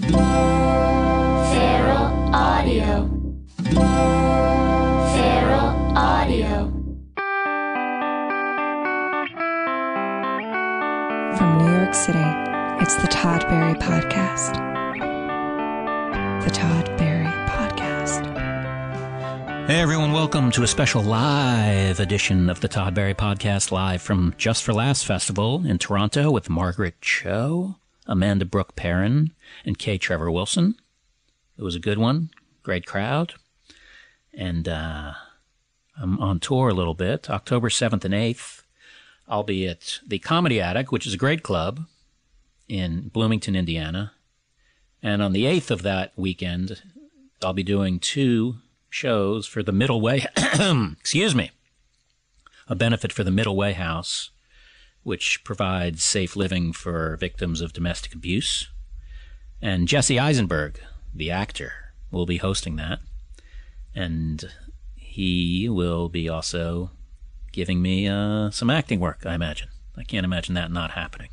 Feral Audio. Feral Audio. From New York City, it's the Todd Berry Podcast. The Todd Berry Podcast. Hey everyone, welcome to a special live edition of the Todd Berry Podcast, live from Just for Last Festival in Toronto with Margaret Cho, Amanda Brooke Perrin, and Kay Trevor Wilson. It was a good one, great crowd. And uh, I'm on tour a little bit. October 7th and 8th, I'll be at the Comedy Attic, which is a great club in Bloomington, Indiana. And on the 8th of that weekend, I'll be doing two shows for the Middle Way. excuse me. A benefit for the Middle Way House, which provides safe living for victims of domestic abuse. And Jesse Eisenberg, the actor, will be hosting that. And he will be also giving me uh, some acting work, I imagine. I can't imagine that not happening.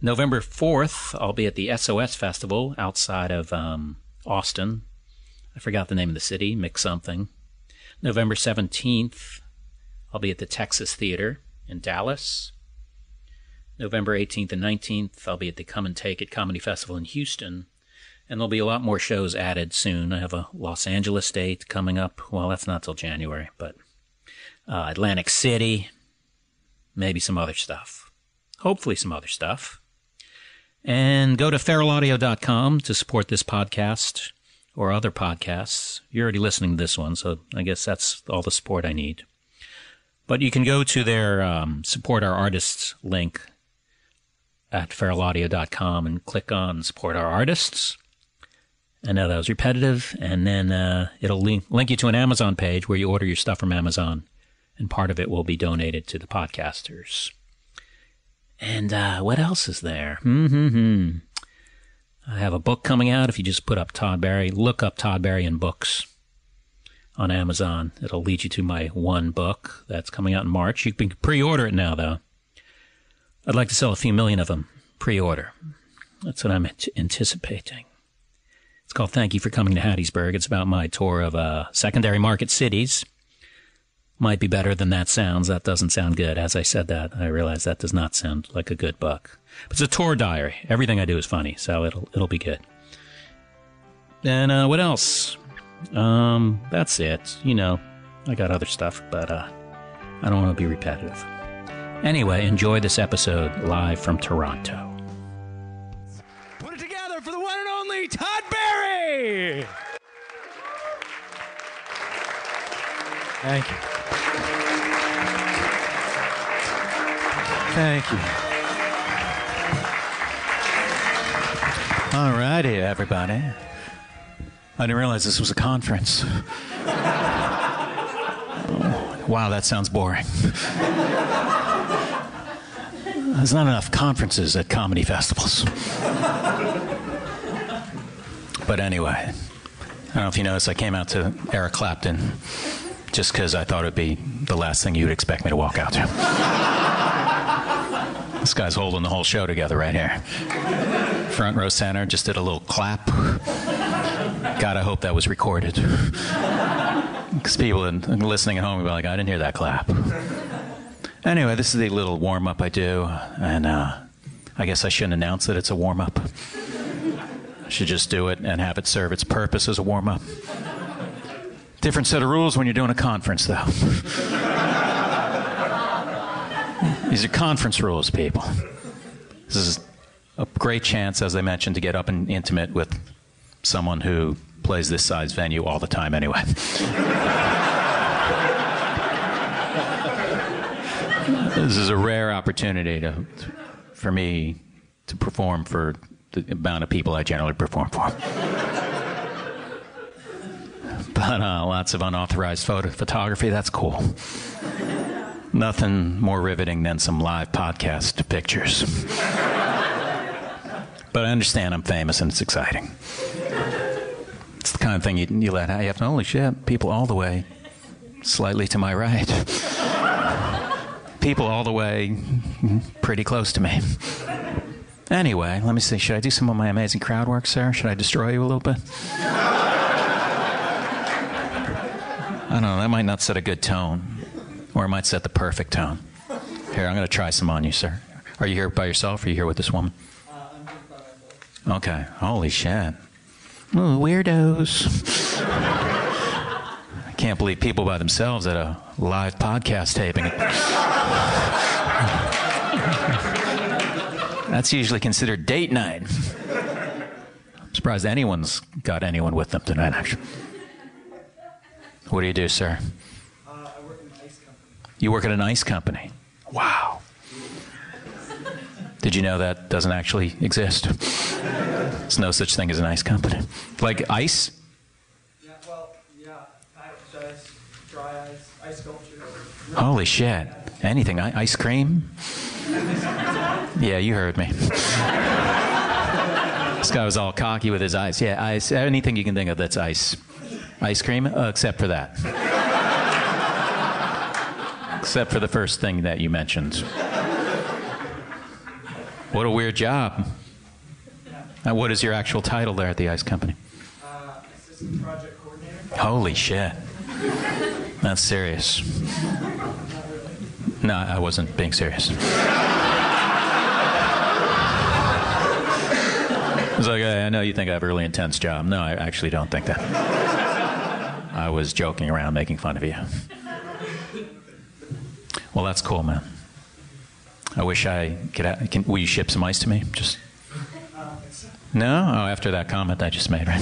November 4th, I'll be at the SOS Festival outside of um, Austin, I forgot the name of the city, mix something. November 17th, I'll be at the Texas Theater in Dallas. November 18th and 19th, I'll be at the Come and Take It Comedy Festival in Houston. And there'll be a lot more shows added soon. I have a Los Angeles date coming up. Well, that's not till January, but uh, Atlantic City, maybe some other stuff. Hopefully, some other stuff. And go to feralaudio.com to support this podcast or other podcasts. You're already listening to this one, so I guess that's all the support I need. But you can go to their um, support our artists link at feralaudio.com and click on support our artists. I know that was repetitive, and then uh, it'll link, link you to an Amazon page where you order your stuff from Amazon, and part of it will be donated to the podcasters. And uh, what else is there? Hmm. I have a book coming out. If you just put up Todd Barry, look up Todd Barry in books on Amazon. It'll lead you to my one book that's coming out in March. You can pre-order it now, though. I'd like to sell a few million of them. Pre-order. That's what I'm ant- anticipating. It's called Thank You for Coming to Hattiesburg. It's about my tour of uh, secondary market cities. Might be better than that sounds. That doesn't sound good. As I said that, I realize that does not sound like a good book. But it's a tour diary. Everything I do is funny, so it'll it'll be good. And uh, what else? Um, that's it. You know, I got other stuff, but uh, I don't want to be repetitive. Anyway, enjoy this episode live from Toronto. Put it together for the one and only Todd Berry. Thank you. Thank you. All righty, everybody. I didn't realize this was a conference. Oh, wow, that sounds boring. There's not enough conferences at comedy festivals. But anyway, I don't know if you noticed, I came out to Eric Clapton just because I thought it'd be the last thing you'd expect me to walk out to. this guy's holding the whole show together right here. Front row center, just did a little clap. God, I hope that was recorded. Because people in- listening at home will be like, I didn't hear that clap. Anyway, this is the little warm up I do, and uh, I guess I shouldn't announce that it's a warm up should just do it and have it serve its purpose as a warm up. Different set of rules when you're doing a conference, though. These are conference rules, people. This is a great chance, as I mentioned, to get up and intimate with someone who plays this size venue all the time, anyway. this is a rare opportunity to, for me to perform for the amount of people I generally perform for. but uh, lots of unauthorized photo- photography. That's cool. Nothing more riveting than some live podcast pictures. but I understand I'm famous and it's exciting. It's the kind of thing you, you let out. You have to, holy shit, people all the way, slightly to my right. people all the way, pretty close to me. Anyway, let me see. Should I do some of my amazing crowd work, sir? Should I destroy you a little bit? I don't know. That might not set a good tone, or it might set the perfect tone. Here, I'm going to try some on you, sir. Are you here by yourself? Or are you here with this woman? Okay. Holy shit. Ooh, weirdos. I can't believe people by themselves at a live podcast taping. That's usually considered date night. I'm surprised anyone's got anyone with them tonight, actually. What do you do, sir? You work at an ice company. Wow. Did you know that doesn't actually exist? There's no such thing as an ice company. Like ice? Yeah, well, yeah, packaged ice, dry ice, ice sculptures. Holy shit. Anything. I- ice cream? Yeah, you heard me. this guy was all cocky with his ice. Yeah, ice. Anything you can think of that's ice. Ice cream, uh, except for that. except for the first thing that you mentioned. What a weird job. And what is your actual title there at the ice company? Uh, assistant project coordinator. Holy shit. That's serious. No, I wasn't being serious. It's like, I I know you think I have a really intense job. No, I actually don't think that. I was joking around, making fun of you. Well, that's cool, man. I wish I could. Ha- can, will you ship some ice to me? Just. No? Oh, after that comment I just made, right?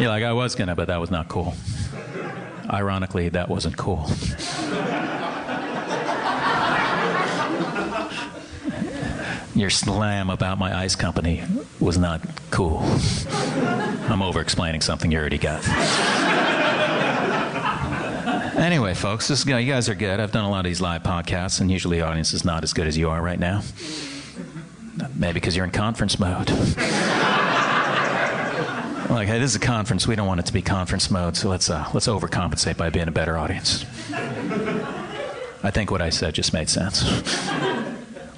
Yeah, like I was gonna, but that was not cool. Ironically, that wasn't cool. Your slam about my ice company was not cool. I'm over explaining something you already got. Anyway, folks, this guy, you guys are good. I've done a lot of these live podcasts, and usually the audience is not as good as you are right now. Maybe because you're in conference mode. Like, hey, this is a conference. We don't want it to be conference mode, so let's uh, let's overcompensate by being a better audience. I think what I said just made sense.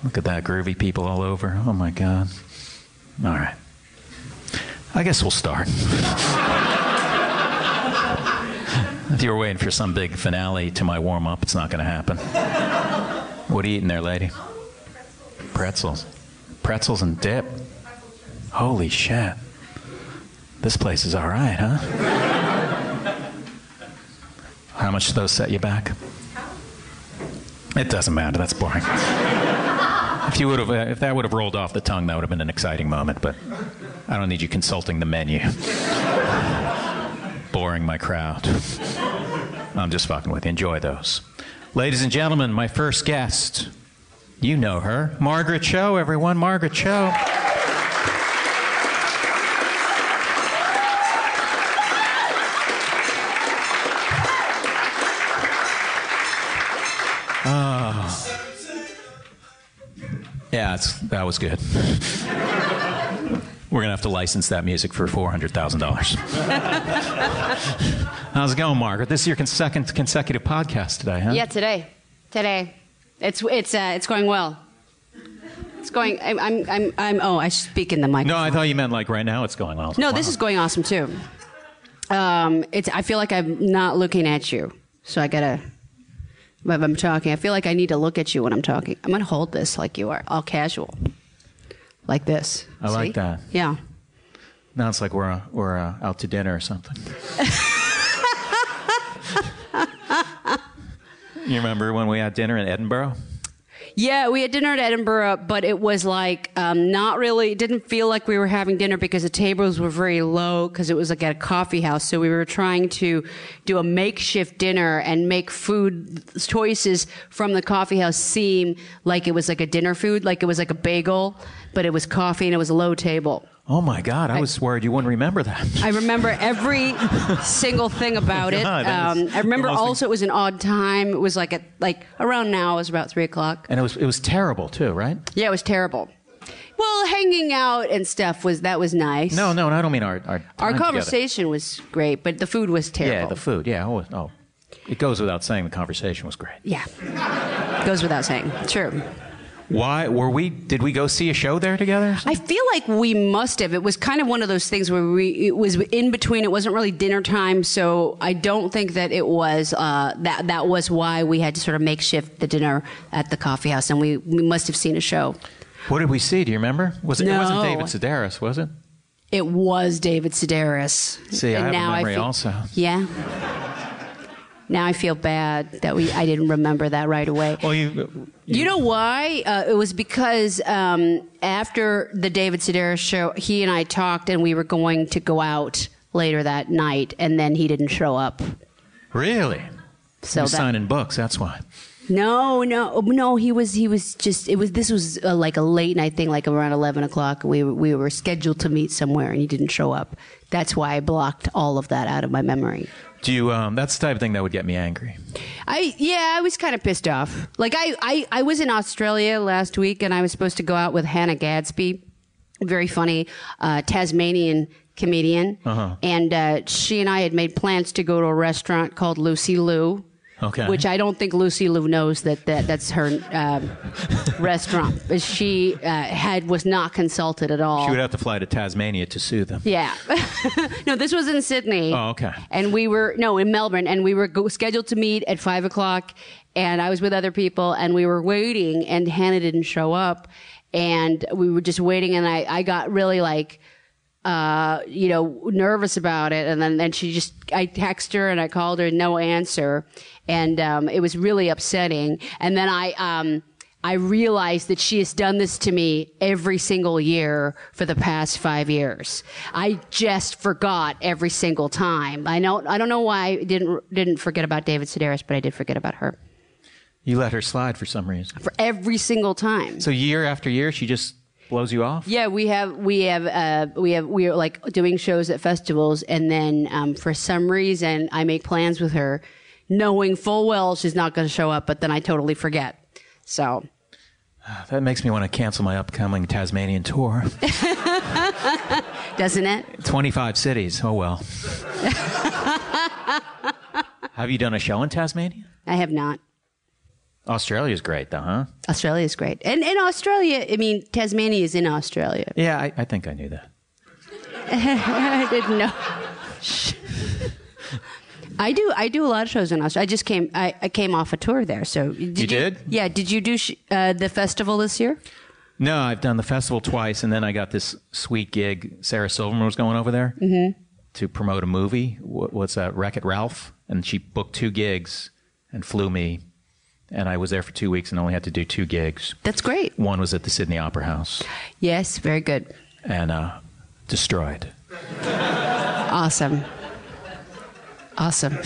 Look at that groovy people all over. Oh my god. All right. I guess we'll start. if you were waiting for some big finale to my warm up, it's not going to happen. What are you eating there, lady? Pretzels. Pretzels and dip. Holy shit. This place is all right, huh? How much do those set you back? It doesn't matter. That's boring. if you would have, if that would have rolled off the tongue, that would have been an exciting moment. But I don't need you consulting the menu. boring my crowd. I'm just fucking with you. Enjoy those, ladies and gentlemen. My first guest. You know her, Margaret Cho. Everyone, Margaret Cho. Ah. Yeah, it's, that was good. We're gonna have to license that music for four hundred thousand dollars. How's it going, Margaret? This is your con- second consecutive podcast today, huh? Yeah, today, today, it's it's uh, it's going well. It's going. I'm I'm I'm. I'm oh, I should speak in the mic. No, I thought you meant like right now. It's going well. No, this is going awesome too. Um, it's. I feel like I'm not looking at you, so I gotta. When I'm talking, I feel like I need to look at you when I'm talking. I'm gonna hold this like you are, all casual, like this. I like See? that. Yeah. Now it's like we're uh, we're uh, out to dinner or something. you remember when we had dinner in Edinburgh? Yeah, we had dinner at Edinburgh, but it was like um, not really. It didn't feel like we were having dinner because the tables were very low because it was like at a coffee house. So we were trying to do a makeshift dinner and make food choices from the coffee house seem like it was like a dinner food, like it was like a bagel but it was coffee and it was a low table. Oh my God, I, was worried you wouldn't remember that. I remember every single thing about it. Oh, God, that is Um, I remember the most- also it was an odd time. It was like at like around now. It was about three o'clock. and it was it was terrible too, right? Yeah, it was terrible. Well, hanging out and stuff was that was nice. No, no, and I don't mean our our, our time together. conversation was great, but the food was terrible. Yeah, the food. Yeah, oh, oh, it goes without saying the conversation was great. Yeah, goes without saying. True. Why were we? Did we go see a show there together? I feel like we must have. It was kind of one of those things where we it was in between. It wasn't really dinner time, so I don't think that it was uh, that that was why we had to sort of makeshift the dinner at the coffee house, and we, we must have seen a show. What did we see? Do you remember? Was it, it wasn't No. David Sedaris, was it? It was David Sedaris. See, I And have a now memory feel- also. Yeah. Now I feel bad that we I didn't remember that right away. Well, you. You know why? Uh, it was because um, after the David Sedaris show, he and I talked, and we were going to go out later that night, and then he didn't show up. Really? So He that, was signing books. That's why. no, no, oh, no. He was he was just it was this was uh like a late night thing, like around eleven o'clock. We were- we were scheduled to meet somewhere, and he didn't show up. That's why I blocked all of that out of my memory. Do you? Um, that's the type of thing that would get me angry. I yeah, I was kind of pissed off. Like I, I I was in Australia last week and I was supposed to go out with Hannah Gadsby, very funny uh, Tasmanian comedian, and uh, she and I had made plans to go to a restaurant called Lucy Lou. Okay. Which I don't think Lucy Lou knows that, that that's her um, restaurant. But she uh, had was not consulted at all. She would have to fly to Tasmania to sue them. Yeah. no, this was in Sydney. Oh, okay. And we were, no, in Melbourne, and we were go- scheduled to meet at five o'clock, and I was with other people, and we were waiting, and Hannah didn't show up, and we were just waiting, and I, I got really like, uh, you know, nervous about it. And then, then she just, I text her and I called her, no answer. And, um, it was really upsetting. And then I, um, I realized that she has done this to me every single year for the past five years. I just forgot every single time. I know, I don't know why I didn't, didn't forget about David Sedaris, but I did forget about her You let her slide for some reason. for every single time. So year after year, she just blows you off. Yeah, we have we have uh, we have we are like doing shows at festivals, and then um, for some reason I make plans with her, knowing full well she's not going to show up, but then I totally forget. So That makes me want to cancel my upcoming Tasmanian tour. doesn't it? 25 cities. Oh well. Have you done a show in Tasmania? I have not. Australia's great, though, huh? Australia is great, and in Australia, I mean Tasmania is in Australia. Yeah, I, I think I knew that. I didn't know. I do. I do a lot of shows in Australia. I just came. I, I came off a tour there. So did you, did? Yeah. Did you do sh- uh, the festival this year? No, I've done the festival twice, and then I got this sweet gig. Sarah Silverman was going over there Mm-hmm. to promote a movie. Wh- What's that? Wreck It Ralph. And she booked two gigs and flew me. And I was there for two weeks and only had to do two gigs. That's great. One was at the Sydney Opera House Yes. Very good. and uh, destroyed. Awesome. Awesome.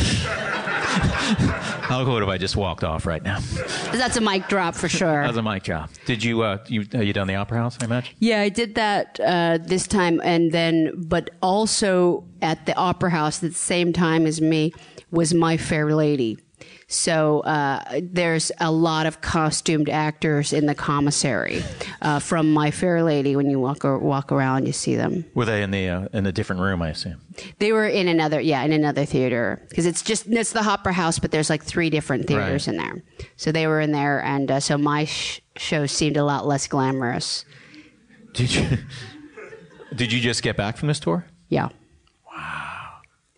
How good if I just walked off right now? That's a mic drop for That sure. was a mic job. Did you, uh, you, uh, you done the Opera House, I imagine? Yeah, I did that uh, this time, and then, but also at the Opera House at the same time as me was My Fair Lady. So uh, there's a lot of costumed actors in the commissary uh, from My Fair Lady. When you walk or walk around, you see them. Were they in the, uh, in a different room, I assume? They were in another, yeah, in another theater because it's just it's the Opera House, but there's like three different theaters Right. in there. So they were in there, and uh, so my sh- show seemed a lot less glamorous. Did you, did you just get back from this tour? Yeah,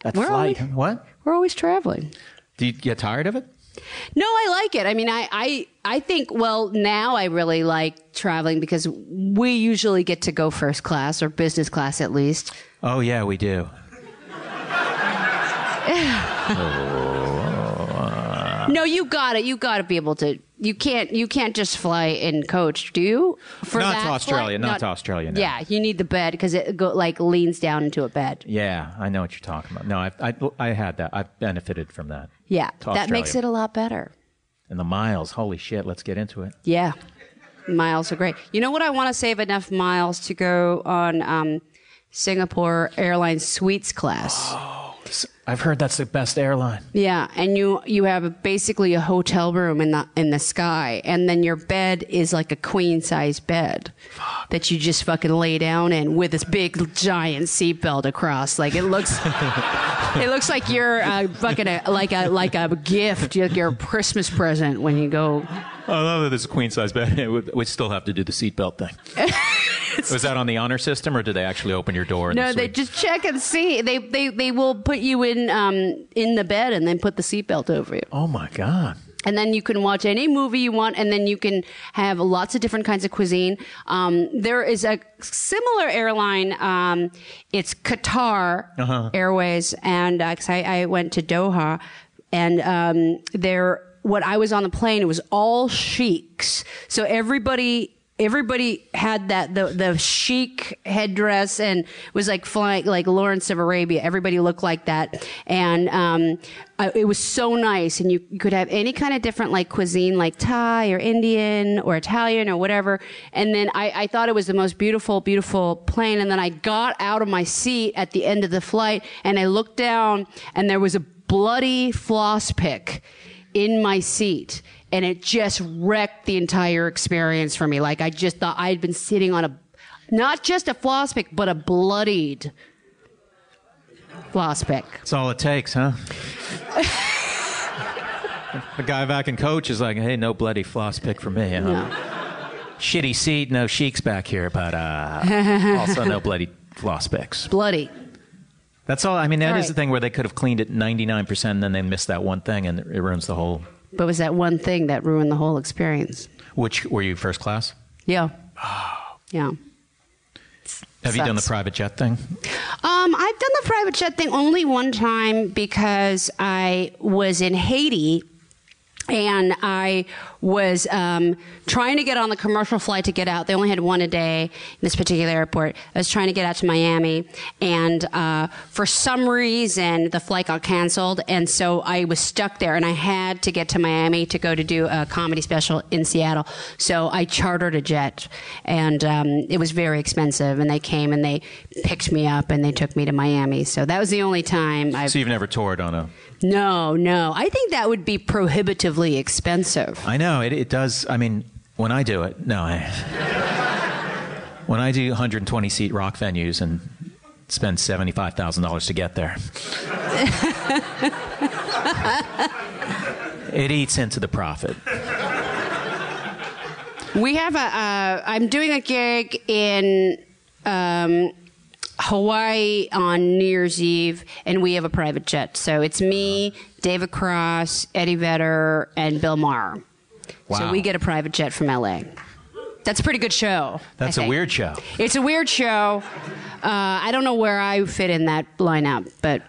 That Where are flight. What? we're always traveling. Do you get tired of it? No, I like it. I mean, I, I, I think, well, now I really like traveling because we usually get to go first class or business class at least. Oh yeah, we do. Uh. No, you got it. You got to be able to. You can't. You can't just fly in coach, do you? For Not that to Australia, flight? not to Australia, no. Yeah, you need the bed because it go, like leans down into a bed. Yeah, I know what you're talking about. No, I I, I had that. I benefited from that. Yeah, To that makes it Australia. a lot better. And the miles. Holy shit! Let's get into it. Yeah. miles are great. You know what? I want to save enough miles to go on um, Singapore Airlines Suites class. I've heard that's the best airline. Yeah, and you you have basically a hotel room in the in the sky, and then your bed is like a queen size bed that you just fucking lay down in with this big giant seatbelt across. Like it looks, it looks like you're uh, fucking a, like a like a gift, like your Christmas present when you go. I love that there's a queen size bed. It would- We'd still have to do the seatbelt thing. Was that on the honor system, or did they actually open your door? in No, the they suite? just check and see. They they they will put you in um in the bed and then put the seatbelt over you. Oh my god! and then you can watch any movie you want and then you can have lots of different kinds of cuisine um, there is a similar airline um, it's qatar airways and uh 'cause I, I went to doha and um, there when i was on the plane it was all sheiks so everybody everybody had that the the chic headdress and was like flying like Lawrence of Arabia. Everybody looked like that, and um, I, it was so nice. And you, you could have any kind of different like cuisine, like Thai or Indian or Italian or whatever. And then I, I thought it was the most beautiful, beautiful plane. And then I got out of my seat at the end of the flight, and I looked down, and there was a bloody floss pick in my seat and it just wrecked the entire experience for me like i just thought i'd been sitting on a not just a floss pick but a bloodied floss pick That's all it takes, huh? the guy back in coach is like, "Hey, no bloody floss pick for me." Huh? Shitty seat, no sheiks back here, but uh, also no bloody floss picks. bloody That's all. I mean, that is the All right. thing where they could have cleaned it 99%, and then they missed that one thing, and it ruins the whole. but it was that one thing that ruined the whole experience Which were you first class? yeah yeah Have you done the Sucks. private jet thing? Um, I've done the private jet thing only one time because I was in Haiti and I was um, trying to get on the commercial flight to get out. They only had one a day in this particular airport. I was trying to get out to Miami, and uh, for some reason, the flight got canceled, and so I was stuck there. And I had to get to Miami to go to do a comedy special in Seattle. So I chartered a jet, and um, it was very expensive. And they came and they picked me up and they took me to Miami. So that was the only time I've So you've never toured on a no, no. I think that would be prohibitively expensive. I know it, it does. I mean, when I do it, no, I, when I do 120 seat rock venues and spend $75,000 to get there, it eats into the profit. We have a. Uh, I'm doing a gig in um, Hawaii on New Year's Eve, and we have a private jet. So it's me, David Cross, Eddie Vedder, and Bill Maher. So Wow. we get a private jet from LA. That's a pretty good show. I That's a think. weird show. It's a weird show. Uh, I don't know where I fit in that lineup, but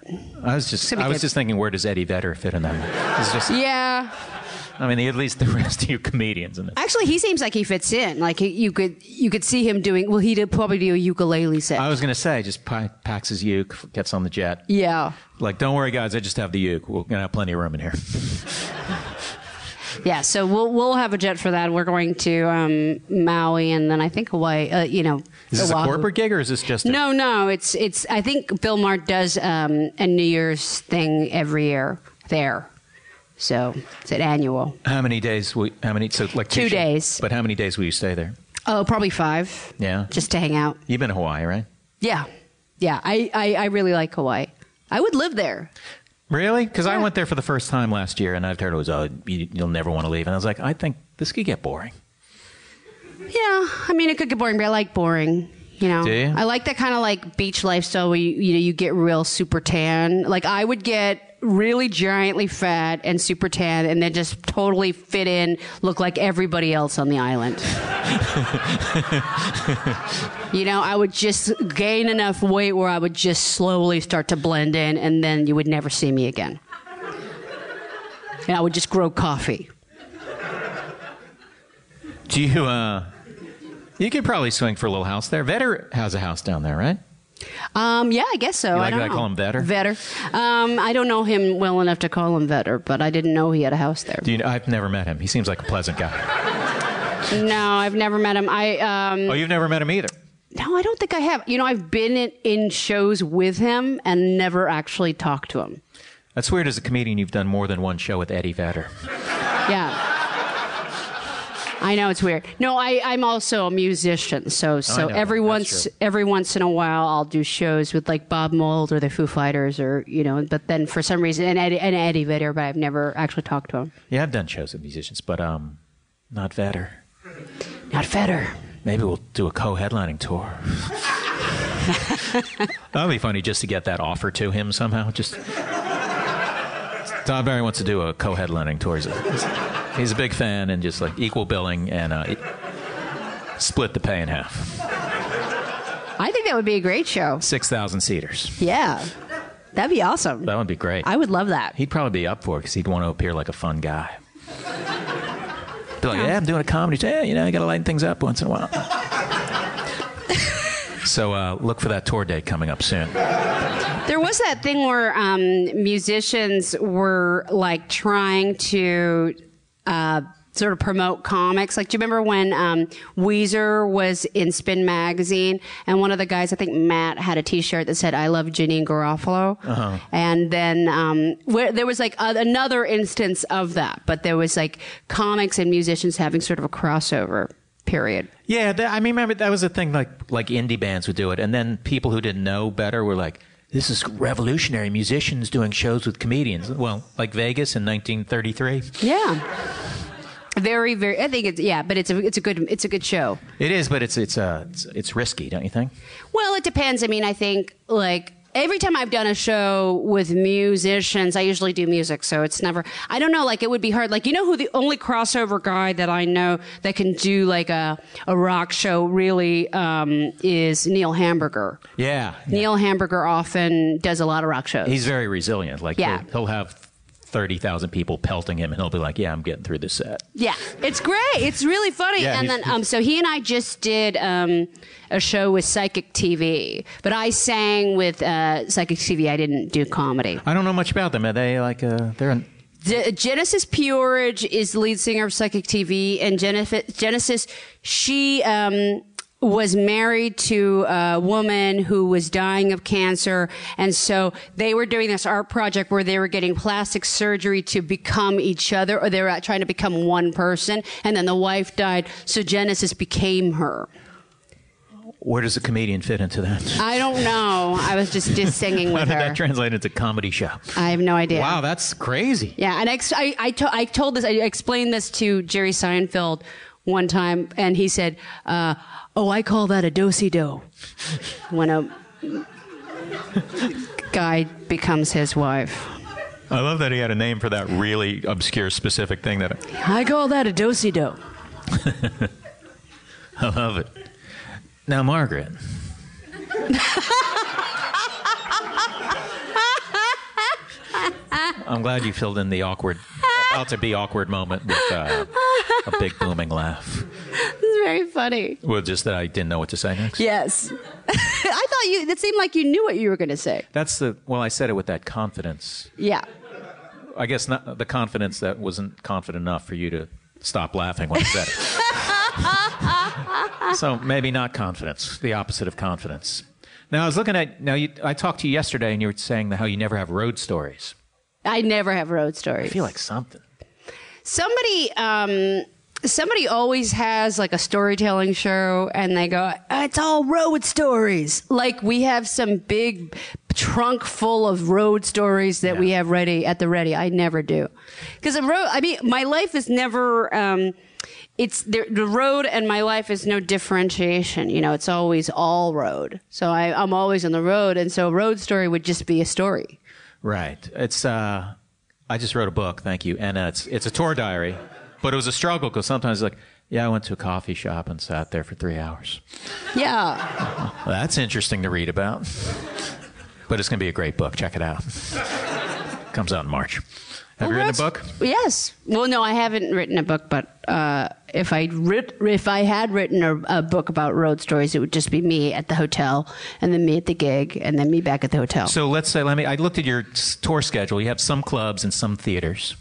I was just, Could be I was good. just thinking, where does Eddie Vedder fit in that? It's just, yeah. I mean, at least the rest of you comedians in it. Actually, he seems like he fits in. Like he, you could you could see him doing. Well, he did probably do a ukulele set. I was gonna say, just pi- packs his uke, gets on the jet. yeah, Like, don't worry, guys, I just have the uke. We're gonna have plenty of room in here. yeah. So we'll we'll have a jet for that. We're going to um, Maui and then I think Hawaii. Uh, you know, Is this a Oahu. corporate gig or is this just? A, No, no. It's it's. I think Bill Maher does um, a New Year's thing every year there. So it's an annual. How many days? We, how many? So like Two show- days. But how many days will you stay there? Oh, probably five. Yeah. Just to hang out. You've been to Hawaii, right? Yeah, yeah. I I, I really like Hawaii. I would live there. Really? Because I Yeah. went there for the first time last year, and I've heard it was, oh, you, you'll never want to leave. And I was like, I think this could get boring. Yeah, I mean it could get boring, but I like boring. You know, Do you? I like that kind of like beach lifestyle where you, you know you get real super tan. Like I would get really giantly fat and super tan, and then just totally fit in, look like everybody else on the island. you know, I would just gain enough weight where I would just slowly start to blend in, and then you would never see me again. And I would just grow coffee. Do you? uh You could probably swing for a little house there. Vetter has a house down there, right? Um, yeah, I guess so. You I like don't that I know. call him Vetter? Vetter. Um, I don't know him well enough to call him Vetter, but I didn't know he had a house there. Do you? I've never met him. He seems like a pleasant guy. No, Oh, I've never met him. I um, Oh, you've never met him either. no, I don't think I have. You know, I've been in, in shows with him and never actually talked to him. That's weird. As a comedian, you've done more than one show with Eddie Vedder. Yeah. I know it's weird. No, I, I'm also a musician, so so Oh, know that. every That's once true. every once in a while I'll do shows with like Bob Mold or the Foo Fighters or you know, but then for some reason and Eddie, and Eddie Vedder, but I've never actually talked to him. Yeah, I've done shows with musicians, but um, not Vedder. Not Vedder. Maybe we'll do a co-headlining tour. That'd be funny just to get that offer to him somehow. Just Todd Barry wants to do a co-headlining tour. He's a, he's a big fan and just like equal billing and uh, split the pay in half. I think that would be a great show. Six thousand seaters. Yeah, that'd be awesome. That would be great. I would love that. He'd probably be up for it because he'd want to appear like a fun guy. Be like, yeah, I'm doing a comedy. show. Yeah, you know, I got to lighten things up once in a while. so uh, look for that tour date coming up soon. There was that thing where um, musicians were like trying to uh, sort of promote comics. Like, do you remember when um, Weezer was in Spin Magazine and one of the guys, I think Matt, had a T-shirt that said "I love Janine Garofalo," and then um, where, there was like a, another instance of that, but there was like comics and musicians having sort of a crossover period. Yeah, that, I mean, remember that was a thing like like indie bands would do it, and then people who didn't know better were like, "This is revolutionary musicians doing shows with comedians." Well, like Vegas in 1933, Yeah. Very, very. I think it's yeah, but it's a it's a good it's a good show. it is, but it's it's uh it's, it's risky, don't you think? Well, it depends. I mean, I think like every time I've done a show with musicians, I usually do music, so it's never. I don't know. Like it would be hard. Like you know who the only crossover guy that I know that can do like a a rock show really um, is Neil Hamburger. Yeah, Neil Hamburger often does a lot of rock shows. he's very resilient. Like, Yeah. he'll, he'll have thirty thousand people pelting him, and he'll be like, "Yeah, I'm getting through this set." Yeah, it's great. It's really funny. Yeah, and he's- then, um, so he and I just did um, a show with Psychic TV, but I sang with uh, Psychic TV. I didn't do comedy. I don't know much about them. Are they like uh they're an, D- Genesis Peorage is lead singer of Psychic TV, and Genef- Genesis, she um, was married to a woman who was dying of cancer, and so they were doing this art project where they were getting plastic surgery to become each other, or they were trying to become one person, and then the wife died, so Genesis became her. where does a comedian fit into that? I don't know. I was just just singing How with did her. that translate into comedy show? I have no idea. Wow, that's crazy. Yeah, and I, ex- I, I, to- I told this, I explained this to Jerry Seinfeld one time, and he said, uh, "Oh, I call that a dosey do when a guy becomes his wife. I love that he had a name for that really obscure specific thing that I call that a dosey do. I love it. Now, Margaret. I'm glad you filled in the awkward, about to be awkward moment with uh, a big booming laugh. It's very funny. Well, just that I didn't know what to say next. Yes, I thought you. It seemed like you knew what you were going to say. That's the, well, I said it with that confidence. Yeah, I guess not the confidence that wasn't confident enough for you to stop laughing when I said it. so maybe not confidence, the opposite of confidence. Now I was looking at now you, I talked to you yesterday and you were saying how you never have road stories. I never have road stories. I feel like something. somebody um somebody always has like a storytelling show and they go it's all road stories like we have some big trunk full of road stories that we have ready at the ready i never do because road i mean my life is never um it's the, the road and my life is no differentiation you know it's always all road so I, i'm always on the road and so a road story would just be a story Right. It's uh, I just wrote a book. Thank you. And uh, it's it's a tour diary, but it was a struggle because sometimes like yeah I went to a coffee shop and sat there for three hours. yeah Well, that's interesting to read about. But it's going to be a great book. Check it out. Comes out in March. Have you written a Well, book? that's- Yes. Well, no, I haven't written a book, but uh, if I writ, if I had written a, a book about road stories, it would just be me at the hotel, and then me at the gig, and then me back at the hotel. So let's say, let me. I looked at your s- tour schedule. You have some clubs and some theaters.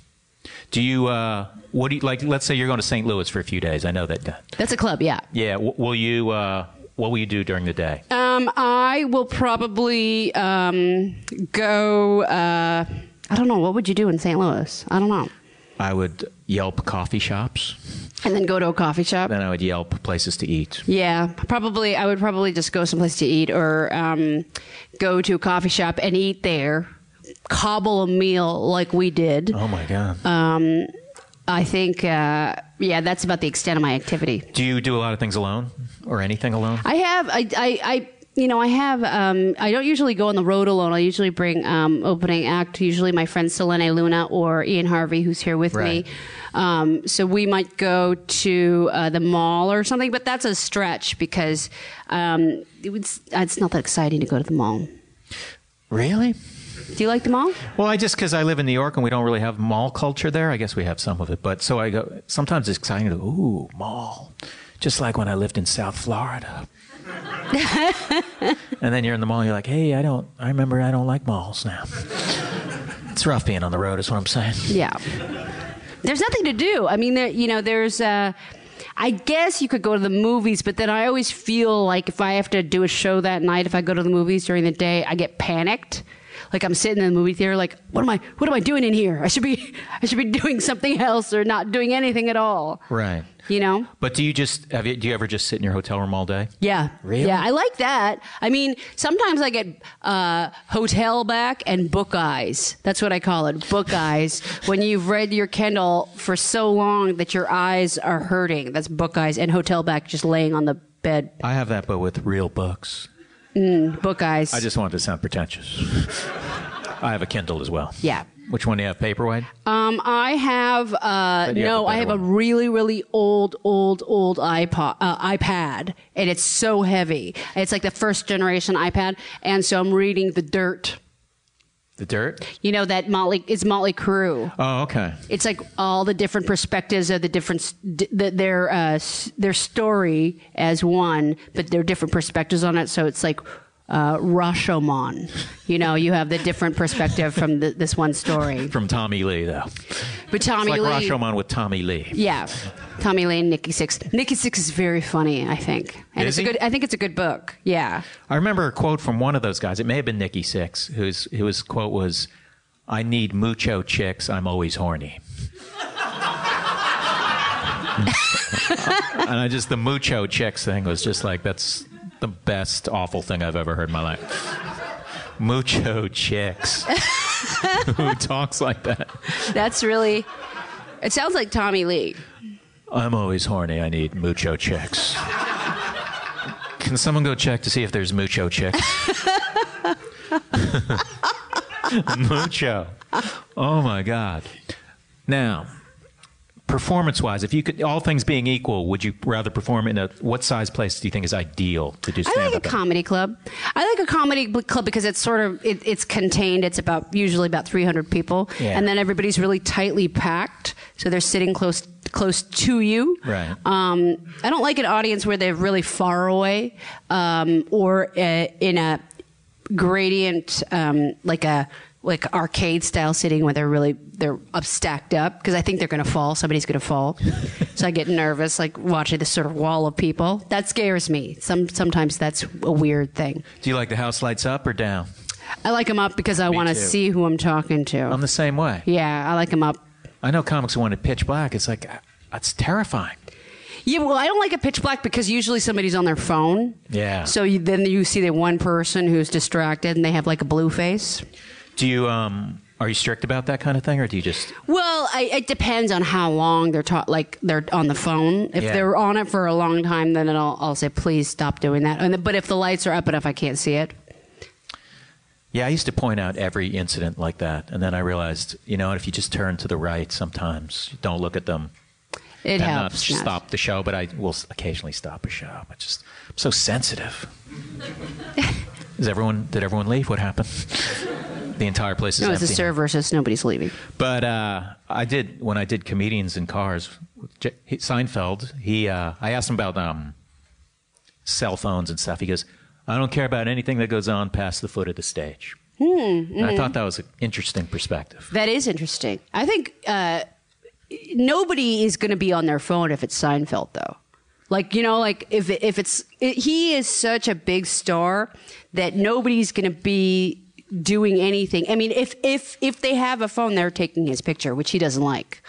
Do you? Uh, what do you like? Let's say you're going to St. Louis for a few days. I know that. uh, That's a club, yeah. Yeah. W- will you? Uh, what will you do during the day? Um, I will probably um, go. Uh, I don't know. What would you do in St. Louis? I don't know. I would Yelp coffee shops. And then go to a coffee shop. Then I would Yelp places to eat. Yeah, probably. I would probably just go someplace to eat or um, go to a coffee shop and eat there, cobble a meal like we did. Oh my god. Um, I think, uh, yeah, that's about the extent of my activity. do you do a lot of things alone or anything alone? I have, I, I, I you know, I have, um, I don't usually go on the road alone. I usually bring um, opening act, usually my friend Selene Luna or Ian Harvey, who's here with Right. me. Um, so we might go to uh, the mall or something, but that's a stretch because um, it was, it's not that exciting to go to the mall. really? Do you like the mall? Well, I just because I live in New York and we don't really have mall culture there. I guess we have some of it, but so I go. Sometimes it's exciting to ooh mall, just like when I lived in South Florida. and then you're in the mall. You're like, hey, I don't. I remember I don't like malls now. it's rough being on the road. Is what I'm saying. Yeah. There's nothing to do. I mean, there, you know, there's. Uh, I guess you could go to the movies, but then I always feel like if I have to do a show that night, if I go to the movies during the day, I get panicked. Like I'm sitting in the movie theater, like what am I? What am I doing in here? I should be, I should be doing something else or not doing anything at all. Right. You know? But do you just have you, do you ever just sit in your hotel room all day? Yeah. Really? Yeah, I like that. I mean, sometimes I get uh, hotel back and book eyes. That's what I call it, book eyes. when you've read your Kindle for so long that your eyes are hurting. That's book eyes and hotel back just laying on the bed. I have that, but with real books. Book eyes. I just wanted to sound pretentious. I have a Kindle as well. Yeah. Which one do you have? Paperwhite. Um, I have uh, you have no, a I have better a one. really, really old, old, old iPod, uh, iPad, and it's so heavy. It's like the first generation iPad, and so I'm reading The Dirt. The dirt. You know that Motley is Motley Crue. Oh, okay. it's like all the different perspectives of the different d- the, their uh, s- their story as one, but there are different perspectives on it. So it's like uh, Rashomon. You know, you have the different perspective from the, this one story. From Tommy Lee, though. But Tommy it's like Lee, Rashomon with Tommy Lee. yeah, Tommy Lee and Nikki Six. Nikki Six is very funny, I think, and Is it's he? a good. I think it's a good book. Yeah, I remember a quote from one of those guys. It may have been Nikki Six, whose whose quote was, "I need mucho chicks. I'm always horny." and I just the mucho chicks thing was just like that's the best awful thing I've ever heard in my life. Mucho chicks. Who talks like that? that's really. It sounds like Tommy Lee. I'm always horny. I need mucho chicks. Can someone go check to see if there's mucho chicks? mucho. Oh my God. Now, performance wise, if you could, all things being equal, would you rather perform in a, what size place do you think is ideal to do I stand like a up? comedy club. I like a comedy b- club because it's sort of it, it's contained. It's about usually about 300 people, Yeah. and then everybody's really tightly packed, so they're sitting close close to you. Right. Um, I don't like an audience where they're really far away um, or uh in a gradient um, like a like arcade style sitting where they're really they're up stacked up because I think they're gonna fall somebody's gonna fall so I get nervous like watching this sort of wall of people that scares me some sometimes that's a weird thing do you like the house lights up or down? I like them up because I want to too. see who I'm talking to I'm the same way. yeah I like them up I know comics who want it pitch black. It's like, uh, it's terrifying. yeah well I don't like a pitch black because usually somebody's on their phone Yeah. so you, then you see the one person who's distracted and they have like a blue face Do you, um, are you strict about that kind of thing or do you just Well, I, it depends on how long they're ta- like they're on the phone. If Yeah. they're on it for a long time, then I'll, I'll say please stop doing that. And but if the lights are up and if I can't see it, Yeah, I used to point out every incident like that, and then I realized, you know, if you just turn to the right, sometimes you don't look at them it and helps. not Yes. uh, stop the show. But I will s- occasionally stop a show. I just I'm so sensitive. Is everyone? Did everyone leave? What happened? the entire place is No, it's empty. a serve versus nobody's leaving. But uh, I did when I did comedians in cars. J- he- Seinfeld. He uh, I asked him about um, cell phones and stuff. He goes, "I don't care about anything that goes on past the foot of the stage." And I thought that was an interesting perspective. That is interesting. I think uh, nobody is going to be on their phone if it's Seinfeld, though. Like you know, like if it- if it's it, he is such a big star that nobody's going to be doing anything. I mean, if if if they have a phone, they're taking his picture, which he doesn't like.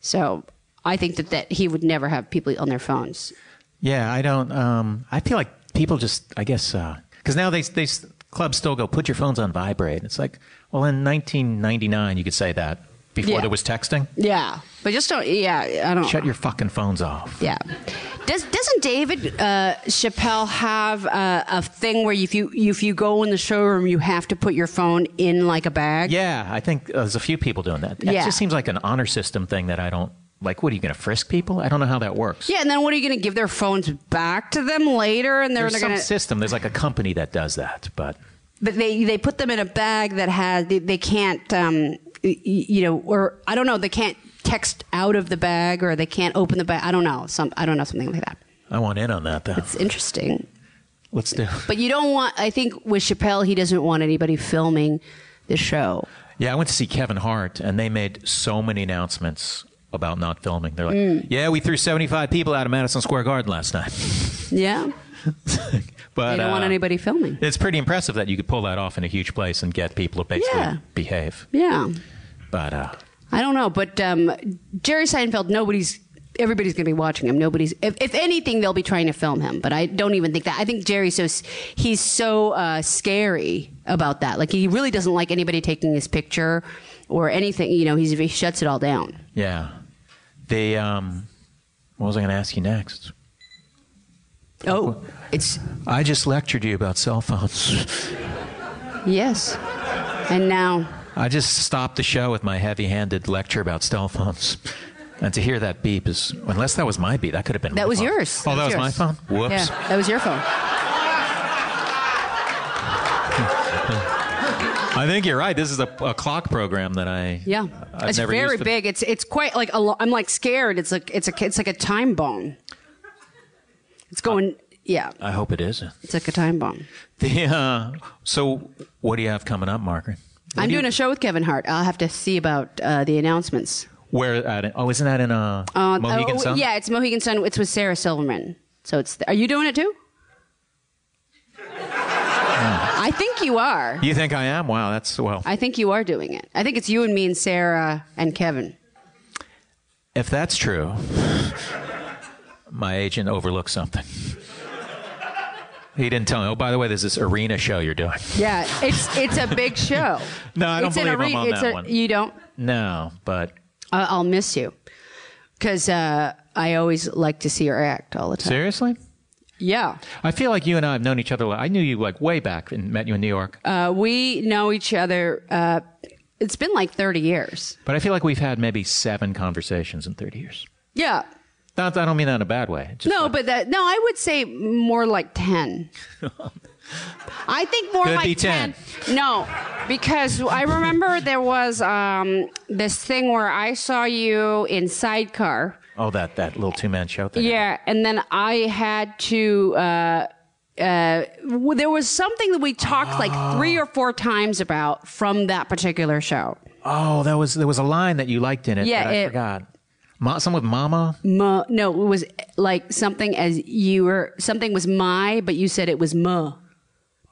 So I think that that he would never have people on their phones. Yeah, I don't. Um, I feel like people just, I guess, because now they they clubs still go put your phones on vibrate. It's like, well, in 1999 you could say that before Yeah. there was texting. Yeah, but just don't. Yeah, I don't. Shut your fucking phones off. Yeah. Does doesn't David uh, Chappelle have uh, a thing where if you if you go in the showroom, you have to put your phone in like a bag? Yeah, I think uh, there's a few people doing that. It Yeah. just seems like an honor system thing that I don't like. What are you going to frisk people? I don't know how that works. Yeah, and then what are you going to give their phones back to them later? And they're There's some going to, system. There's like a company that does that, but but they they put them in a bag that has they, they can't um y- y- you know or I don't know they can't text out of the bag or they can't open the bag. I don't know some I don't know something like that. I want in on that though. It's interesting. Let's do. But you don't want. I think with Chappelle, he doesn't want anybody filming the show. Yeah, I went to see Kevin Hart, and they made so many announcements about not filming. They're like, Mm. "Yeah, we threw 75 people out of Madison Square Garden last night," Yeah, but they don't want uh, anybody filming. It's pretty impressive that you could pull that off in a huge place and get people to basically Yeah. behave. Yeah, But uh, I don't know, but um, Jerry Seinfeld, nobody's. Everybody's going to be watching him. Nobody's, if, if anything, they'll be trying to film him. But I don't even think that. I think Jerry's so s- he's so uh, scary about that. Like he really doesn't like anybody taking his picture or anything. You know, he's, he shuts it all down. yeah, the um, what was I going to ask you next? Oh, it's I just lectured you about cell phones. yes, and now I just stopped the show with my heavy-handed lecture about cell phones. And to hear that beep is, unless that was my beep, that could have been my that was phone. yours. Oh, that was, my yours. phone. Whoops. Yeah, that was your phone. I think you're right. This is a, a clock program that I Yeah, I've it's never very used it. big. It's it's quite like a lo- I'm like scared. It's like it's a it's like a time bomb. It's going. Yeah, I hope it is. it's like a time bomb. The, uh, so what do you have coming up, Margaret? I'm doing a show with Kevin Hart. I'll have to see about uh, the announcements. Where at? Oh, isn't that in a Uh, Mohegan oh, Sun? Yeah, it's Mohegan Sun. It's with Sarah Silverman. So it's. Are you doing it too? I think you are. You think I am? Wow, that's well. I think you are doing it. I think it's you and me and Sarah and Kevin. if that's true, my agent overlooked something. He didn't tell me. Oh, by the way, there's this arena show you're doing. Yeah, it's it's a big show. No, I don't it's an believe I'm arena- on it's that a- one. You don't. No, but I- Uh, I'll miss you because uh, I always like to see her act all the time. seriously, Yeah, I feel like you and I have known each other. a lot. I knew you like way back and met you in New York. uh, we know each other. Uh, it's been like thirty years. but I feel like we've had maybe seven conversations in 30 years. Yeah. Not, I don't mean that in a bad way. Just No, like- but that no, I would say more like ten. I think more Could like be 10. 10. No, because I remember there was um, this thing where I saw you in Sidecar. oh, that that little two man show thing. Yeah, and then I had to. Uh, uh, w- there was something that we talked Ah. like three or four times about from that particular show. Oh, that was there was a line that you liked in it. Yeah, that I it- forgot. Ma, some with Mama. Mu, no, it was like something as you were something was my, but you said it was mu.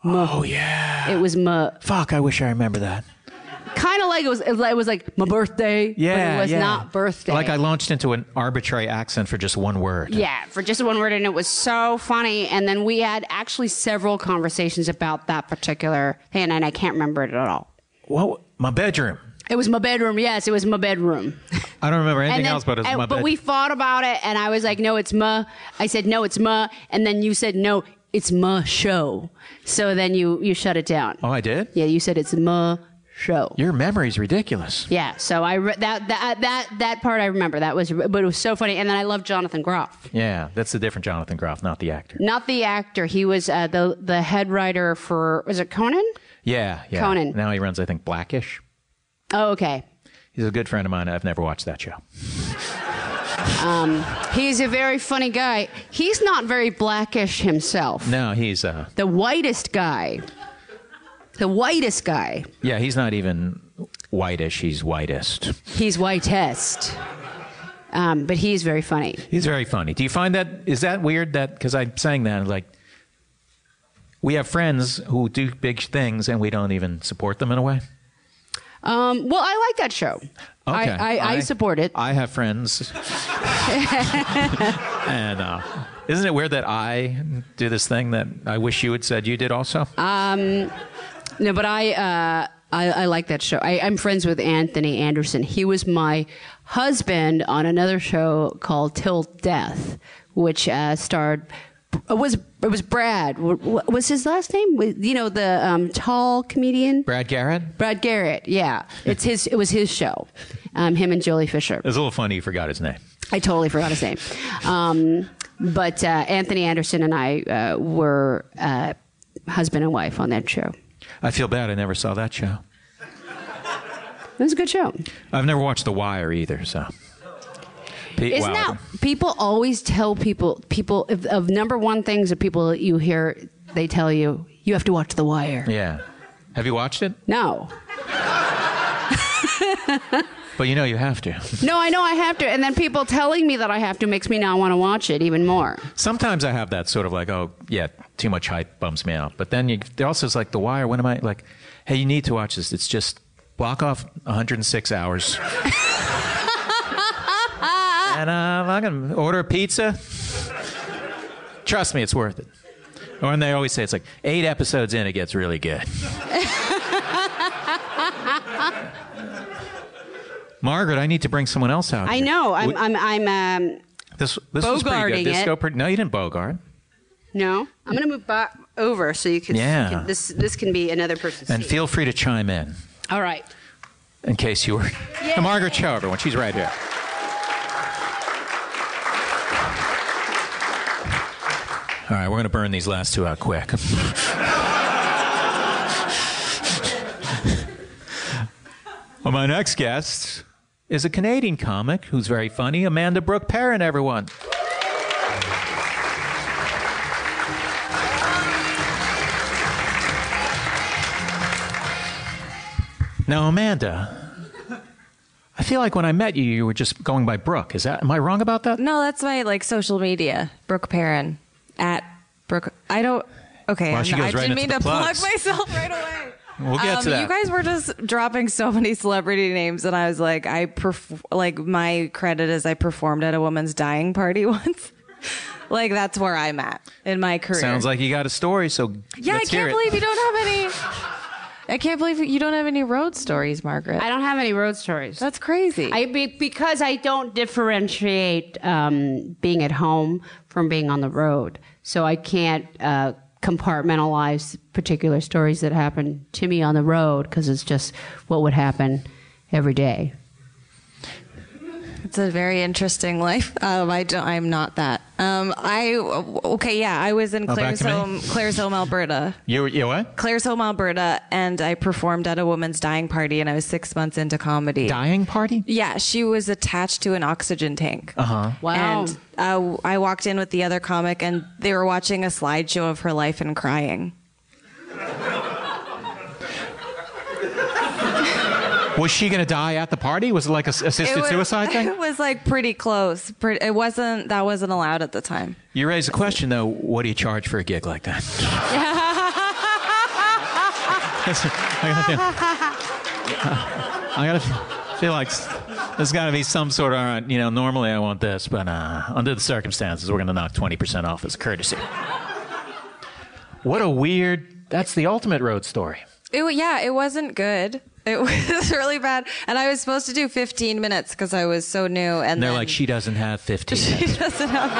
Oh yeah. It was mu. Fuck, I wish I remember that. Kind of like it was. It was like- it was like my birthday. Yeah, but it was yeah. not birthday. Like I launched into an arbitrary accent for just one word. Yeah, for just one word, and it was so funny. And then we had actually several conversations about that particular thing, and I can't remember it at all. What? My bedroom. It was my bedroom. Yes, it was my bedroom. I don't remember anything And then- else, but it was and- my but bedroom. we fought about it, and I was like, "No, it's ma." I said, "No, it's ma," and then you said, "No, it's ma show." So then you you shut it down. oh, I did. Yeah, you said it's ma show. Your memory's ridiculous. yeah, so I re- that that that that part I remember. That was, but it was so funny. And then I love Jonathan Groff, Yeah, that's the different Jonathan Groff, not the actor. not the actor. He was uh, the the head writer for was it Conan? Yeah, yeah. Conan. Now he runs, I think, Blackish. Oh, okay. He's a good friend of mine. I've never watched that show. He's a very funny guy. He's not very blackish himself. No, he's uh, the whitest guy. The whitest guy. yeah, he's not even whitish. He's whitest. He's whitest. Um, but he's very funny. He's very funny. Do you find that is that weird that because I'm saying that like we have friends who do big things and we don't even support them in a way. Um, well, I like that show. I, I, I, support it. I have friends, and uh, isn't it weird that I do this thing that I wish you had said you did also? Uh, no, but I, uh, I, I like that show. I, I'm friends with Anthony Anderson. He was my husband on another show called Till Death, which uh, starred. It was it was Brad. What was his last name? Was- You know the um, tall comedian Brad Garrett. Brad Garrett. Yeah, it's his. It was his show. Um, him and Jolie Fisher. It's a little funny you forgot his name. I totally forgot his name. Um, but uh, Anthony Anderson and I uh, were uh, husband and wife on that show. I feel bad I never saw that show. It was a good show. I've never watched The Wire either, so. Pete, Isn't wow. that people always tell people people if, of number one things that people you hear they tell you you have to watch The Wire. Yeah. Have you watched it? No, But you know you have to. no, I know I have to, and then people telling me that I have to makes me not want to watch it even more. Sometimes I have that sort of like, oh, yeah, too much hype bums me out. But then you, there also is like The Wire. When am I like, hey, you need to watch this. It's just block off 106 hours. and uh, I'm going to order a pizza. Trust me, it's worth it. Or and they always say it's like eight episodes in, it gets really good. Margaret, I need to bring someone else out. I here. know I'm We- I'm, I'm um, this this was pretty Bogarting good. Disco it. pretty, no, you didn't Bogart. no I'm gonna move back over so you can, Yeah. you can- this this can be another person's And seat. feel free to chime in all right. in case you were. The Margaret Cho, everyone. She's right here. All right, we're going to burn these last two out quick. well, my next guest is a Canadian comic who's very funny, Amanda Brooke Perrin, everyone. Now, Amanda, I feel like when I met you, you were just going by Brooke. Is that am I wrong about that? No, that's my like social media, Brooke Perrin at Brooke. I don't. Okay, Wow, she I'm- goes I right didn't into mean the to plug plugs. myself right away. We'll get um, to that. You guys were just dropping so many celebrity names, and I was like, I perf- like my credit is I performed at a woman's dying party once. like that's where I'm at in my career. Sounds like you got a story, so yeah. let's I can't hear it. believe you don't have any. I can't believe you don't have any road stories, Margaret. I don't have any road stories. that's crazy. I be, because I don't differentiate um, being at home from being on the road, so I can't uh, compartmentalize particular stories that happen to me on the road because it's just what would happen every day. It's a very interesting life. Um, I don't, I'm not that. Um, I okay, yeah. I was in Oh, back Claire's to me? home, Claire's home, Alberta. You, you what? Claire's home, Alberta, and I performed at a woman's dying party, and I was six months into comedy. Dying party? Yeah, she was attached to an oxygen tank. Uh-huh. Wow. And uh, I walked in with the other comic, and they were watching a slideshow of her life and crying. Was she gonna die at the party? Was it like a s- assisted was, suicide thing? It was like pretty close. Pretty, it wasn't. That wasn't allowed at the time. You raise a question though. What do you charge for a gig like that? I gotta, feel like s- there's gotta be some sort of all right, you know. Normally I want this, but uh, under the circumstances, we're gonna knock twenty percent off as courtesy. What a weird. That's the ultimate road story. It, wa- yeah, it wasn't good. It was really bad. And I was supposed to do 15 minutes because I was so new. And, And they're then like, she doesn't have fifty. she doesn't have.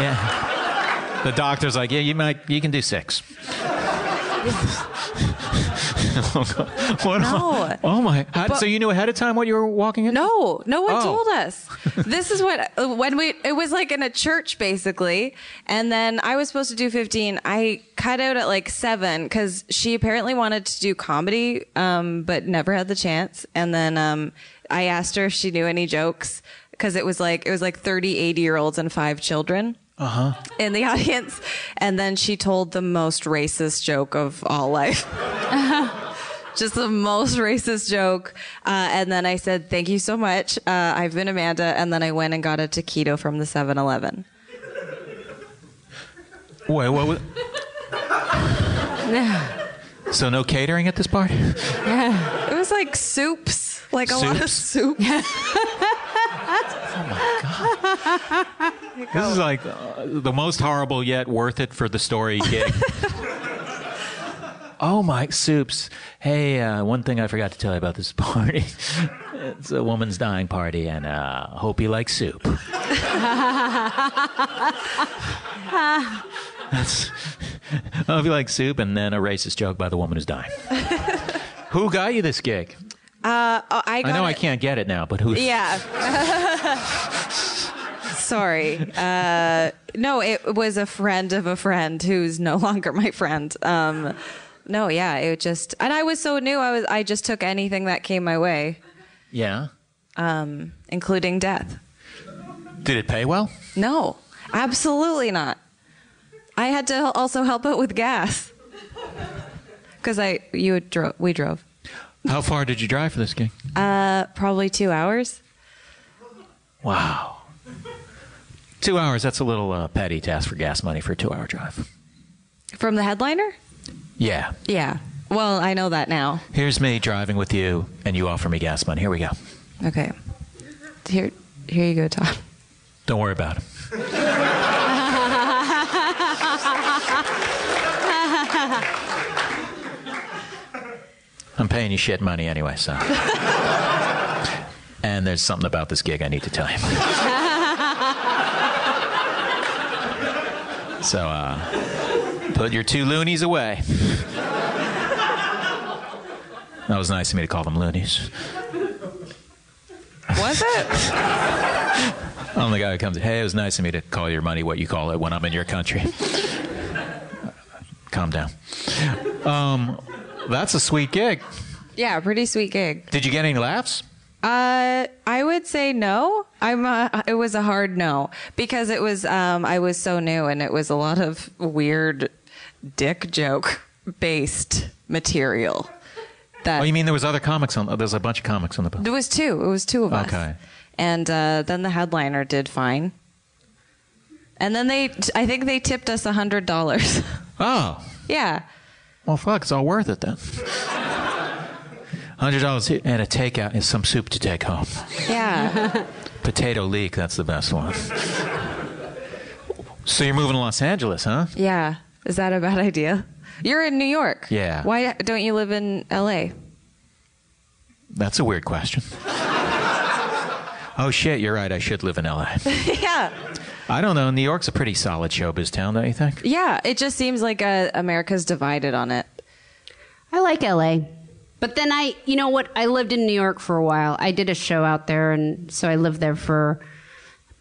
Yeah. The doctor's like, yeah, you might, you can do six. What- No. Oh my! How, But- so you knew ahead of time what you were walking in? No, no one Oh. told us. This is what when we it was like in a church basically, and then I was supposed to do 15. I cut out at like seven because she apparently wanted to do comedy, um, but never had the chance. And then um, I asked her if she knew any jokes because it was like it was like 30 80 year olds and five children. In the audience, and then she told the most racist joke of all life. just the most racist joke. Uh, and then I said, "Thank you so much. Uh, I've been Amanda." And then I went and got a taquito from the 7-Eleven. Wait, what was. so, no catering at this party? It was like soups, like a lot of Soups? soup. This Oh. is like uh, the most horrible yet worth it for the story gig. oh my soups! Hey, uh, one thing I forgot to tell you about this party. it's a woman's dying party, and uh, hope you like soup. That's. I hope you like soup, and then a racist joke by the woman who's dying. Who got you this gig? Oh, I, I got know I it- can't get it now, but who? Yeah. Sorry. Uh, no, it was a friend of a friend who's no longer my friend. Um, no, yeah, it just and I was so new. I was I just took anything that came my way, Yeah. including death. Did it pay well? No, absolutely not. I had to also help out with gas because I you drove we drove How far did you drive for this gig? uh, probably two hours. Wow. Two hours, that's a little uh, petty to ask for gas money for a two hour drive. From the headliner? Yeah. Yeah. Well, I know that now. Here's me driving with you, and you offer me gas money. Here we go. Okay. Here here you go, Tom. Don't worry about it. I'm paying you shit money anyway, so. and there's something about this gig I need to tell you. so, uh, put your two loonies away. That was nice of me to call them loonies. Was it? I'm the guy who comes, hey, it was nice of me to call your money what you call it when I'm in your country. Calm down. Um, that's a sweet gig. yeah, pretty sweet gig. Did you get any laughs? Uh, I would say no. I'm. uh it was a hard no because it was. Um, I was so new, and it was a lot of weird dick joke based material. That Oh, you mean there was other comics on? There's a bunch of comics on the boat. it was two. It was two of us. Okay. And uh, then the headliner did fine. And then they, I think they tipped us a hundred dollars. Oh, yeah. well, fuck, it's all worth it then. Hundred dollars and a takeout and some soup to take home. Yeah. Potato leek, that's the best one. so you're moving to Los Angeles, huh? yeah. Is that a bad idea? You're in New York. Yeah. Why don't you live in L.A.? That's a weird question. oh shit, you're right. I should live in LA. yeah. I don't know. New York's a pretty solid showbiz town, don't you think? Yeah, it just seems like uh, America's divided on it. I like LA. But then I, you know what? I lived in New York for a while. I did a show out there, and so I lived there for,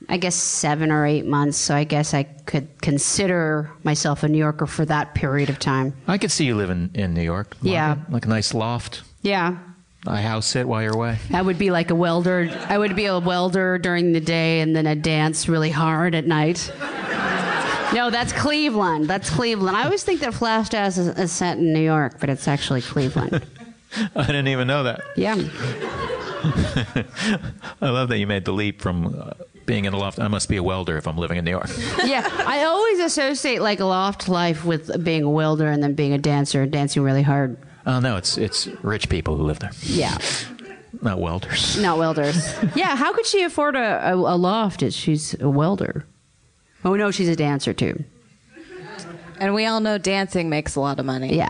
I guess, seven or eight months. So I guess I could consider myself a New Yorker for that period of time. I could see you living in New York. Yeah. Like a nice loft. Yeah. I house it while you're away. I would be like a welder. I would be a welder during the day and then a dance really hard at night. No, that's Cleveland. That's Cleveland. I always think that Flashdance is, is set in New York, but it's actually Cleveland. I didn't even know that. Yeah. I love that you made the leap from uh, being in a loft. I must be a welder if I'm living in New York. yeah, I always associate like loft life with being a welder and then being a dancer and dancing really hard. oh no, it's it's rich people who live there, Yeah, not welders. not welders. yeah, how could she afford a, a, a loft if she's a welder? Oh no, she's a dancer too. And we all know dancing makes a lot of money. Yeah,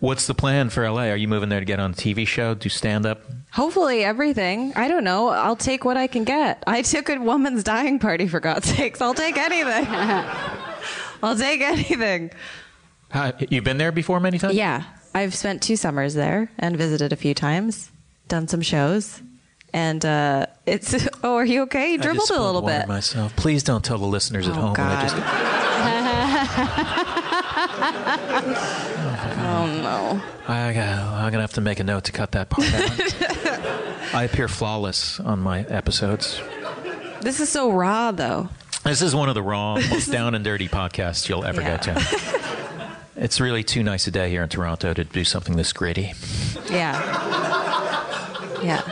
What's the plan for LA? Are you moving there to get on a TV show, do stand up? Hopefully, everything. I don't know. I'll take what I can get. I took a woman's dying party, for God's sakes. I'll take anything. I'll take anything. You've been there before many times. Yeah. I've spent two summers there and visited a few times, done some shows. And uh, it's, oh, are you okay? You I just dribbled a spilled little water bit. Myself, please don't tell the listeners at Oh, home. that I just- Oh, no. I got, I'm gonna have to make a note to cut that part out. I appear flawless on my episodes. This is so raw, though. This is one of the raw, most down and dirty podcasts you'll ever Yeah. get to. It's really too nice a day here in Toronto to do something this gritty. Yeah. Yeah.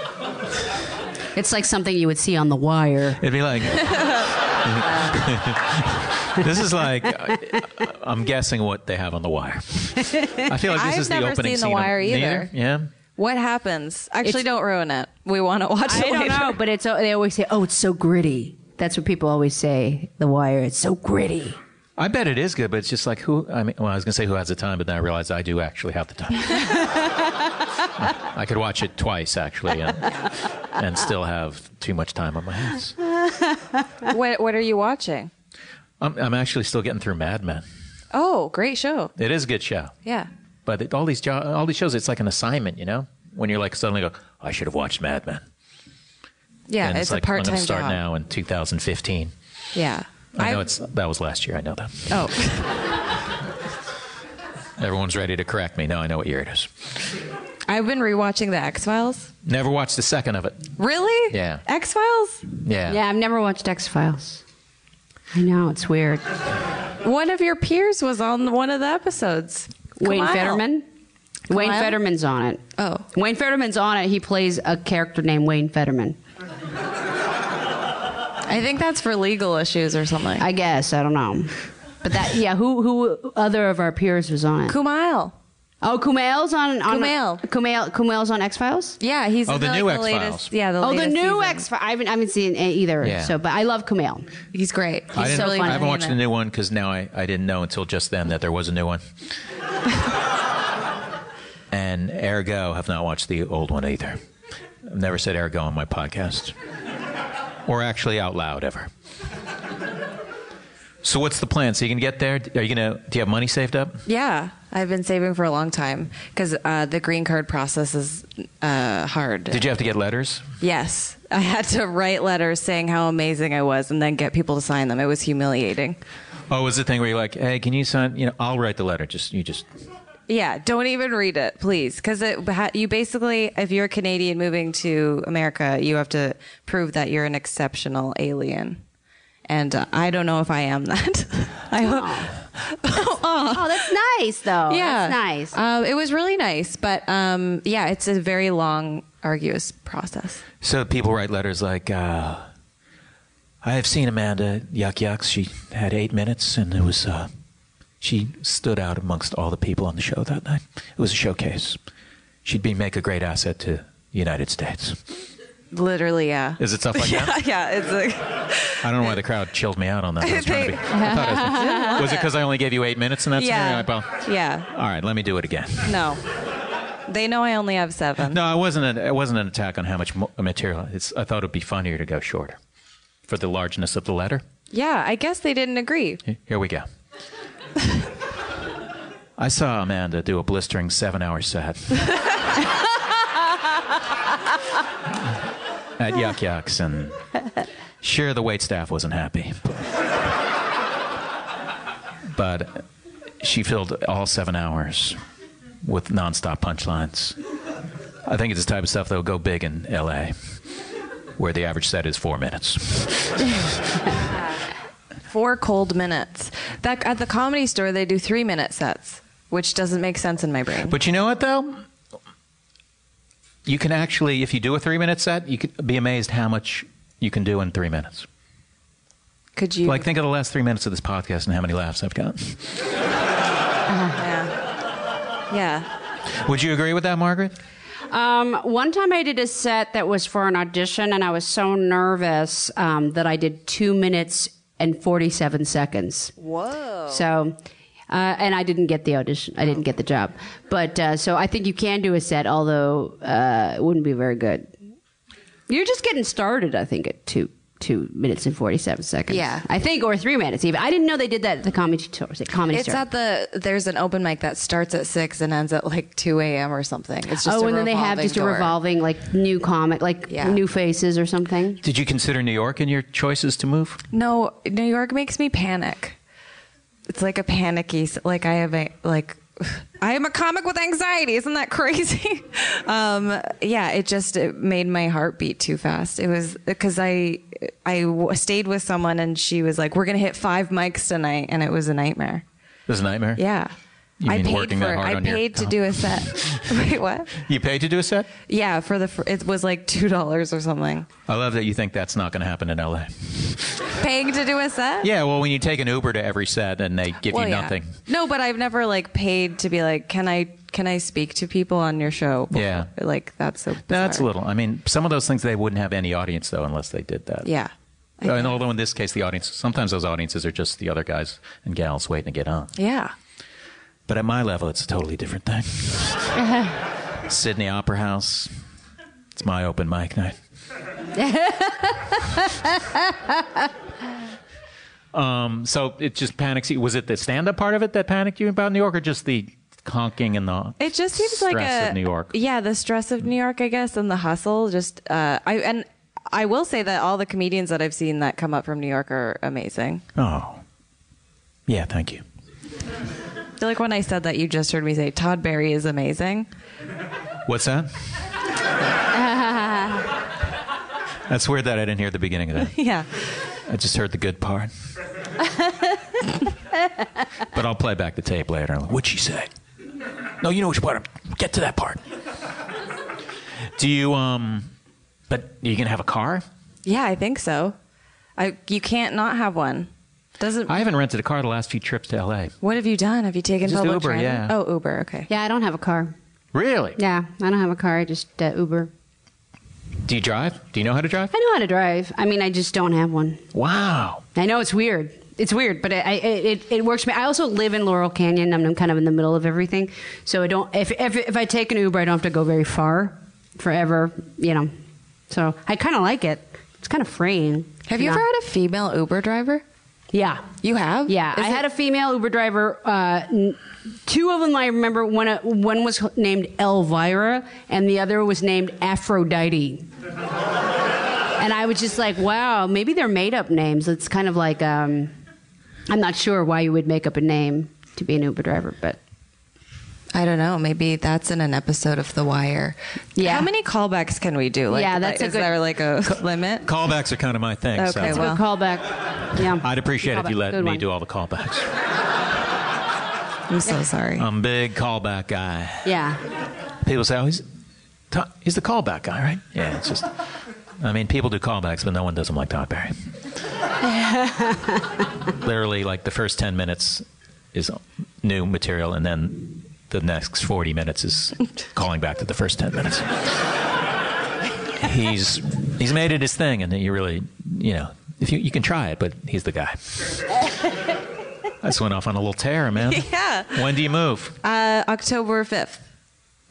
It's like something you would see on The Wire. It'd be like. this is like, I, I'm guessing what they have on The Wire. I feel like this I've is the never opening seen The scene. on- Wire either. Neither? Yeah. What happens? Actually, It's- don't ruin it. We want to watch I it don't later. know, but it's they always say, "Oh, it's so gritty." That's what people always say. The Wire, it's so gritty. I bet it is good, but it's just like who? I mean, well, I was gonna say who has the time, but then I realized I do actually have the time. I could watch it twice actually, and, and still have too much time on my hands. What, what are you watching? I'm, I'm actually still getting through Mad Men. Oh, great show. It is a good show, Yeah. but it, all these jo- all these shows, it's like an assignment, you know? When you're like suddenly go, I should have watched Mad Men. Yeah, and it's, it's, a like part I'm time gonna start job. now in 2015. Yeah. I know I've- it's that was last year. I know that. Oh, Everyone's ready to correct me. Now I know what year it is. I've been rewatching The X Files. Never watched a second of it. Really? Yeah. X Files? Yeah. Yeah, I've never watched X Files. I know it's weird. One of your peers was on one of the episodes. Wayne Kamal. Fetterman. Wayne Kyle? Fetterman's on it. Oh. Wayne Fetterman's on it. He plays a character named Wayne Fetterman. I think that's for legal issues or something. I guess I don't know, but that yeah. Who who other of our peers was on it? Kumail. oh, Kumail's on on Kumail. Kumail Kumail's on X Files. Yeah, he's Oh, in the like, new the latest. X-Files. Yeah, the oh, the latest new season. X Files. I haven't, I haven't seen it either. Yeah. So, but I love Kumail. He's great. I, didn't, He's so funny. I haven't watched the new one because now I, I didn't know until just then that there was a new one. and ergo, have not watched the old one either. I've never said ergo on my podcast, or actually out loud ever. So what's the plan? So you can get there? Are you gonna? Do you have money saved up? Yeah, I've been saving for a long time because uh, the green card process is uh, hard. Did you have to get letters? Yes, I had to write letters saying how amazing I was, and then get people to sign them. It was humiliating. Oh, was the thing where you're like, hey, can you sign? You know, I'll write the letter. Just you just. Yeah, don't even read it, please, because it ha- you basically, if you're a Canadian moving to America, you have to prove that you're an exceptional alien, and uh, I don't know if I am that. I hope. Oh, that's nice though. Yeah, that's nice. Um, it was really nice, but um, yeah, it's a very long, arduous process. So people write letters like, uh, I have seen Amanda Yuck Yucks. She had eight minutes, and it was uh, she stood out amongst all the people on the show that night. It was a showcase. She'd be make a great asset to the United States. Literally, yeah. Is it stuff like yeah, that? yeah, it's like I don't know why the crowd chilled me out on that. I was, trying to be, I thought I was, was it because I only gave you eight minutes in that yeah, scenario? Well, yeah. all right, let me do it again. No, they know I only have seven. No, it wasn't. A, it wasn't an attack on how much mo- material. It's, I thought it'd be funnier to go shorter for the largeness of the letter. Yeah, I guess they didn't agree. Here we go. I saw Amanda do a blistering seven hour set. At Yuck Yucks, and sure, the wait staff wasn't happy. But she filled all seven hours with nonstop punchlines. I think it's the type of stuff that'll go big in LA, where the average set is four minutes. Four cold minutes. That at the comedy store they do three minute sets, which doesn't make sense in my brain. But you know what though? You can actually, if you do a three-minute set, you could be amazed how much you can do in three minutes. Could you? Like, think of the last three minutes of this podcast and how many laughs I've got. yeah. yeah. Would you agree with that, Margaret? Um, one time I did a set that was for an audition, and I was so nervous um, that I did two minutes and forty-seven seconds. Whoa! So, uh, and I didn't get the audition. I didn't get the job. But uh, so I think you can do a set, although uh, it wouldn't be very good. You're just getting started, I think, at two two minutes and forty-seven seconds. Yeah. I think, or three minutes even. I didn't know they did that at the comedy tour. Was it comedy It's Store? at the there's an open mic that starts at six and ends at like two a.m. or something. It's just oh, a and then they have revolving just door. a revolving like new comic, like Yeah. new faces or something. Did you consider New York in your choices to move? No, New York makes me panic. It's like a panicky. s- Like I have a like. I am a comic with anxiety. Isn't that crazy? um, yeah, it just it made my heart beat too fast. It was because I I w- stayed with someone and she was like, "We're gonna hit five mics tonight," and it was a nightmare. It was a nightmare. Yeah, You I mean paid working for that hard I on your- paid to oh. do a set. Wait, what? You paid to do a set? Yeah, for the fr- it was like two dollars or something. I love that you think that's not going to happen in LA. Paying to do a set? Yeah, well, when you take an Uber to every set and they give Well, you yeah. nothing. No, but I've never like paid to be like, can I can I speak to people on your show? before?" Yeah. like that's so. That's a bizarre. little. I mean, some of those things they wouldn't have any audience though unless they did that. Yeah. Uh, And although in this case the audience, sometimes those audiences are just the other guys and gals waiting to get on. Yeah. But at my level, it's a totally different thing. Sydney Opera House. It's my open mic night. um, so it just panics you. Was it the stand-up part of it that panicked you about New York, or just the honking and the? It just seems like stress a of New York. Yeah, the stress of New York, I guess, and the hustle. Just uh, I and I will say that all the comedians that I've seen that come up from New York are amazing. Oh, yeah. Thank you. I feel like when I said that, you just heard me say Todd Barry is amazing. What's that? That's weird that I didn't hear the beginning of that. Yeah. I just heard the good part. but I'll play back the tape later. What'd she say? No, you know which part. Get to that part. Do you um? But you can have a car? Yeah, I think so. I you can't not have one. Doesn't I haven't rented a car the last few trips to L.A. what have you done? Have you taken Just public Uber, transit? yeah. Oh, Uber. Okay. Yeah, I don't have a car. Really? Yeah, I don't have a car. I just uh, Uber. Do you drive? Do you know how to drive? I know how to drive. I mean, I just don't have one. Wow. I know it's weird. It's weird, but I, I, it, it works for me. I also live in Laurel Canyon. I'm, I'm kind of in the middle of everything. So I don't, if, if, if I take an Uber, I don't have to go very far forever, you know. So I kind of like it. It's kind of freeing. Have you ever had a female Uber driver? Yeah. You have? Yeah, Is I it- had a female Uber driver. Uh, n- two of them I remember. One uh, one was named Elvira, and the other was named Aphrodite. and I was just like, wow, maybe they're made up names. It's kind of like um, I'm not sure why you would make up a name to be an Uber driver, but I don't know. Maybe that's in an episode of The Wire. Yeah. How many callbacks can we do? Like, Yeah, that's a is good- there like a limit? Callbacks are kind of my thing. Okay, so well- good callback. Yeah, I'd appreciate it if you Callback. let Good me one. do all the callbacks. I'm so sorry. I'm a big callback guy. Yeah, People say, "Oh, he's Todd- he's the callback guy, right?" Yeah, it's just. I mean, people do callbacks, but no one does them like Todd Barry. Literally, like the first ten minutes is new material, and then the next forty minutes is calling back to the first ten minutes. he's he's made it his thing, and you really, you know, if you you can try it, but he's the guy. I just went off on a little tear, man. yeah. When do you move? Uh, October 5th,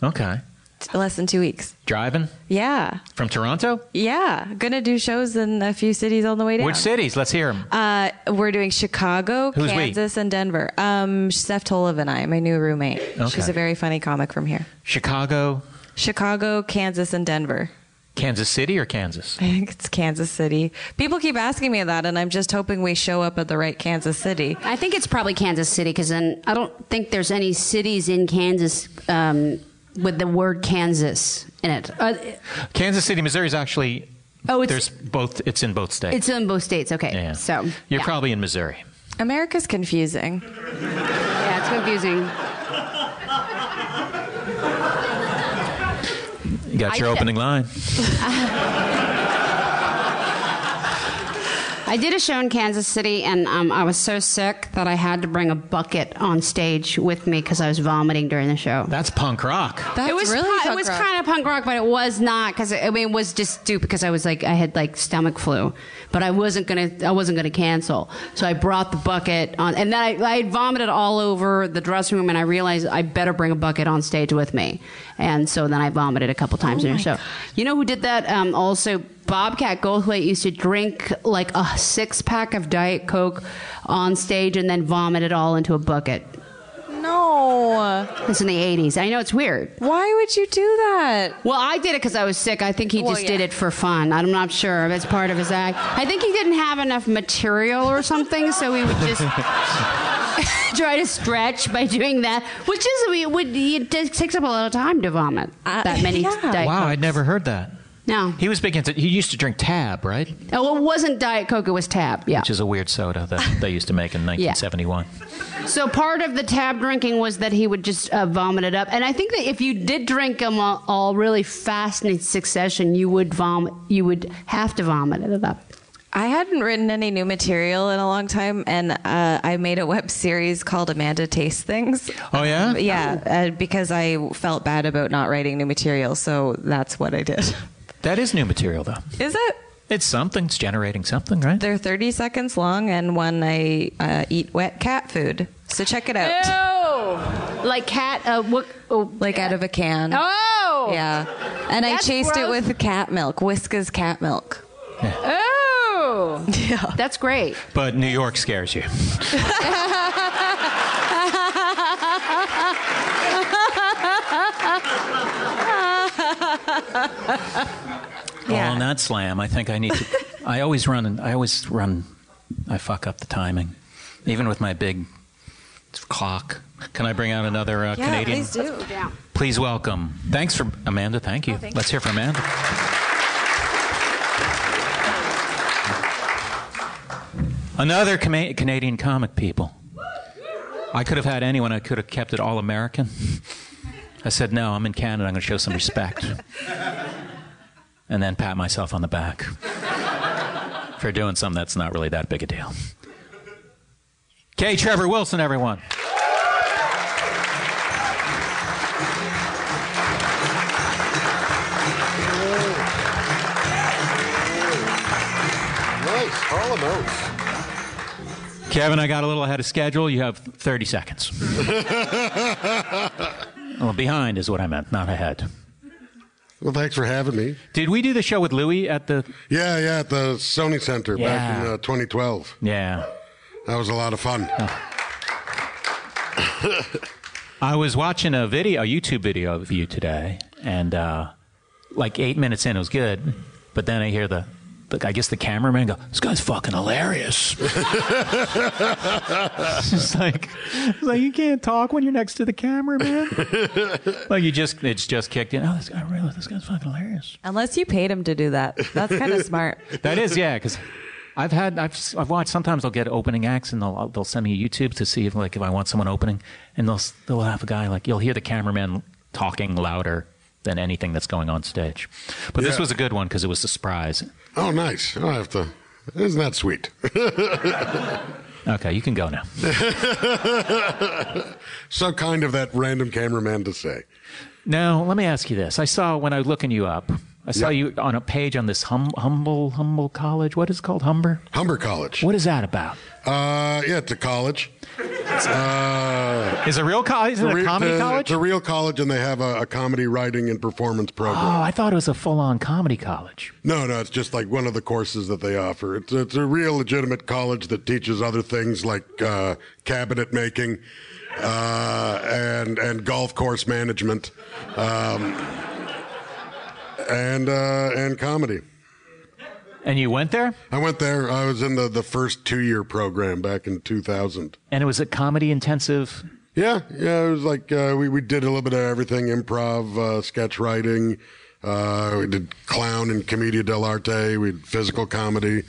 Okay, t- less than two weeks. driving Yeah. from Toronto. Yeah. Gonna do shows in a few cities on the way down. Which cities? Let's hear them. Uh, we're doing Chicago, Who's we? Kansas, and Denver. Um, Steph Tolev and I, my new roommate. Okay. She's a very funny comic from here. Chicago, Chicago, Kansas, and Denver. Kansas City, or Kansas? I think it's Kansas City. People keep asking me that, and I'm just hoping we show up at the right Kansas City. I think it's probably Kansas City because then I don't think there's any cities in Kansas um, with the word Kansas in it. Uh, Kansas City, Missouri is actually. Oh, it's- there's both. It's in both states. It's in both states. Okay. yeah. So you're yeah. probably in Missouri. America's confusing. yeah, it's confusing. You got I your did- opening line. I did a show in Kansas City, and um, I was so sick that I had to bring a bucket on stage with me because I was vomiting during the show. That's punk rock. That's it was really pu- it punk was rock. kind of punk rock, but it was not because I mean it was just stupid because I was like I had like stomach flu, but I wasn't gonna I wasn't gonna cancel. So I brought the bucket on, and then I, I had vomited all over the dressing room, and I realized I better bring a bucket on stage with me, and so then I vomited a couple Oh times in the show. You know who did that? Um, also. Bobcat Goldthwait used to drink like a six pack of Diet Coke on stage and then vomit it all into a bucket. No. This in the 80s. I know it's weird. Why would you do that? Well, I did it because I was sick. I think he Well, just did yeah. it for fun. I'm not sure if it's part of his act. I think he didn't have enough material or something, so he would just try to stretch by doing that, which is, we would, it just takes up a lot of time to vomit Uh, that many yeah. Diet Wow, Cokes. I'd never heard that. No. He was big into. He used to drink Tab, right? Oh, it wasn't Diet Coke, it was Tab. Yeah. Which is a weird soda that they used to make in 1971. So part of the tab drinking was that he would just uh, vomit it up, and I think that if you did drink them all, all really fast in succession, you would vomit. You would have to vomit it up. I hadn't written any new material in a long time, and uh, I made a web series called Amanda Tastes Things. Oh yeah. Yeah, uh, because I felt bad about not writing new material, so that's what I did. That is new material though. Is it? It's something. It's generating something, right? They're 30 seconds long, and one I uh, eat wet cat food. So check it out. Like cat, uh, what? Oh, Like out of a can. Oh! Yeah. And I That's chased it gross. with cat milk, Whiskas cat milk. oh, yeah. That's great. But New York scares you. Yeah. Well, on that slam, I think I need to. I always run. I always run. I fuck up the timing, even with my big clock. Can I bring out another uh, yeah, Canadian? please do. Yeah. Please welcome. Thanks for Amanda. Thank you. thank Let's hear from Amanda. Another Cama- Canadian comic, people. I could have had anyone. I could have kept it all American. I said, no, I'm in Canada. I'm going to show some respect. and then pat myself on the back for doing something that's not really that big a deal. K. Trevor Wilson, everyone. Nice. Harlem Oats. Kevin, I got a little ahead of schedule. You have 30 seconds. well, behind is what I meant, not ahead. Well, thanks for having me. Did we do the show with Louis at the. Yeah, yeah, at the Sony Center back in Yeah. uh, 2012. Yeah. That was a lot of fun. I was watching a video, a YouTube video of you today, and uh, like eight minutes in, it was good. But then I hear the. the- I guess the cameraman go, this guy's fucking hilarious. it's just like, it's like you can't talk when you're next to the cameraman. like you just, it's just kicked in. Oh, this guy really, this guy's fucking hilarious. Unless you paid him to do that. That's kind of smart. That is, yeah, because I've had, I've, s- I've watched. Sometimes I'll get opening acts, and they'll they'll send me a YouTube to see if like if I want someone opening, and they'll s- they'll have a guy like you'll hear the cameraman talking louder than anything that's going on stage. But this Yeah. was a good one because it was a surprise. Oh, nice. I have to. Isn't that sweet? Okay, you can go now. so kind of that random cameraman to say. Now, let me ask you this. I saw when I was looking you up, I saw Yeah. you on a page on this hum, humble humble college. What is it called? Humber. Humber College. What is that about? Uh, yeah, it's a college. Uh, Is it a real college? Is it a re- comedy it's college? It's a real college, and they have a, a comedy writing and performance program. oh, I thought it was a full on comedy college. No, no, it's just like one of the courses that they offer. It's it's a real legitimate college that teaches other things like uh, cabinet making uh, and and golf course management um, and uh, and comedy. And you went there? I went there. I was in the, the first two year program back in 2000. and it was a comedy intensive. Yeah, yeah, it was like uh, we we did a little bit of everything: improv, uh, sketch writing. Uh, we did clown and commedia dell'arte. We did physical comedy,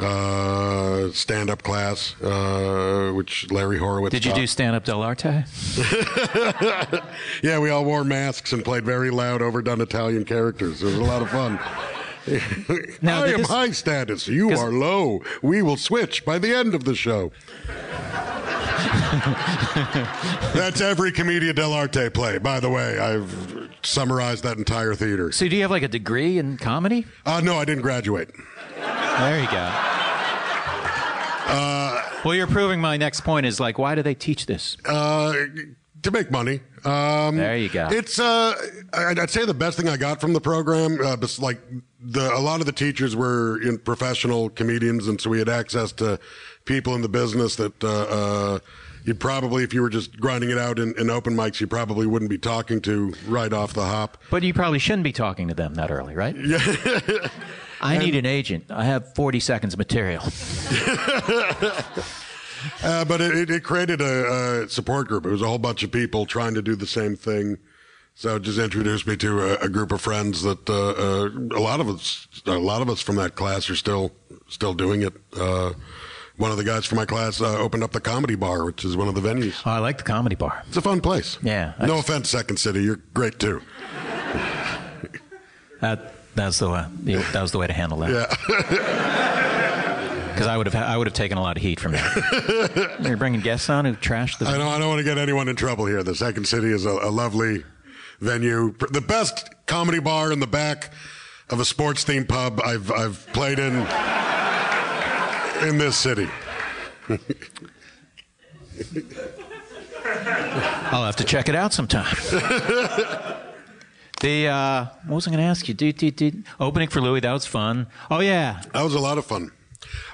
uh, stand-up class, uh, which Larry Horowitz. Did you do stand up Del Arte? do? yeah, we all wore masks and played very loud, overdone Italian characters. It was a lot of fun. Now, I did am this- high status. You 'Cause- are low. We will switch by the end of the show. That's every Commedia dell'arte play, by the way. I've summarized that entire theater. So, do you have like a degree in comedy? Uh, no, I didn't graduate. There you go. well, you're proving my next point is like, why do they teach this? Uh, to make money. Um, There you go. It's uh, I'd, I'd say the best thing I got from the program, uh, bes- like the a lot of the teachers were in professional comedians, and so we had access to people in the business that uh, uh, you probably, if you were just grinding it out in, in open mics, you probably wouldn't be talking to right off the hop. But you probably shouldn't be talking to them that early, right? Yeah. I need an agent. I have 40 seconds of material. Uh, but it, it created a, a support group. It was a whole bunch of people trying to do the same thing So just introduced me to a, a group of friends that uh, uh, a lot of us, a lot of us from that class are still still doing it. Uh, one of the guys from my class uh, opened up the comedy bar, which is one of the venues. Oh, I like the comedy bar. It's a fun place. Yeah, I No just- offense, Second City, you're great too. That that's the way, that was the way to handle that. Yeah. Because I would have I would have taken a lot of heat from that. You're bringing guests on who trashed the. I don't, I don't want to get anyone in trouble here. The Second City is a, a lovely venue, the best comedy bar in the back of a sports themed pub I've I've played in in this city. I'll have to check it out sometime. the uh, what was I going to ask you? Dude, dude, dude. Opening for Louis, that was fun. Oh yeah, That was a lot of fun.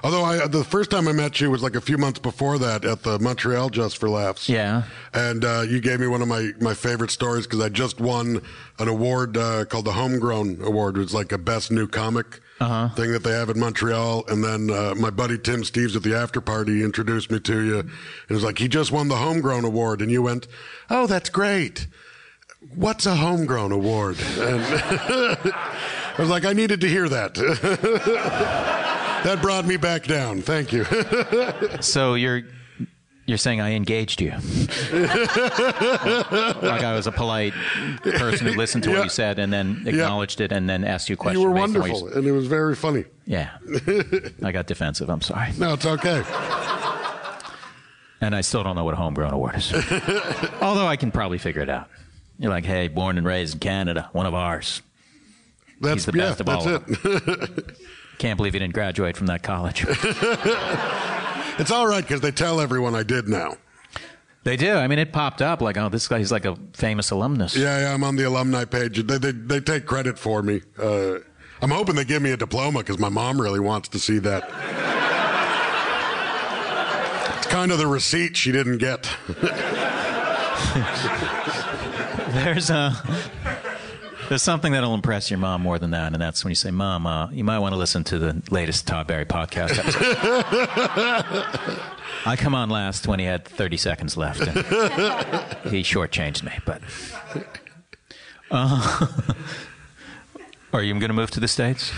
Although I, the first time I met you was like a few months before that at the Montreal Just for Laughs. yeah. And uh, you gave me one of my, my favorite stories because I just won an award uh, called the Homegrown Award. It's like a best new comic Uh-huh. thing that they have in Montreal. And then uh, my buddy Tim Steves at the after party introduced me to you. And it was like, he just won the Homegrown Award. And you went, Oh, that's great. What's a Homegrown Award? And I was like, I needed to hear that. that brought me back down. Thank you. So you're you're saying I engaged you? like I was a polite person who listened to what Yeah. you said and then acknowledged it and then asked you questions. you were based on what you wonderful. And it was very funny. Yeah. I got defensive. I'm sorry. No, it's okay. And I still don't know what a homegrown award is. Although I can probably figure it out. You're like, hey, born and raised in Canada, one of ours. That's He's the yeah, best of that's all it. of Can't believe you didn't graduate from that college. It's all right because they tell everyone I did now. they do. I mean, it popped up like, oh, this guy's like a famous alumnus. Yeah, yeah, I'm on the alumni page. They they, they take credit for me. Uh, I'm hoping they give me a diploma because my mom really wants to see that. it's kind of the receipt she didn't get. There's a. There's something that'll impress your mom more than that, and that's when you say, "Mom, uh, you might want to listen to the latest Todd Barry podcast." episode." I come on last when he had 30 seconds left. And he shortchanged me, but. Uh, are you going to move to the states?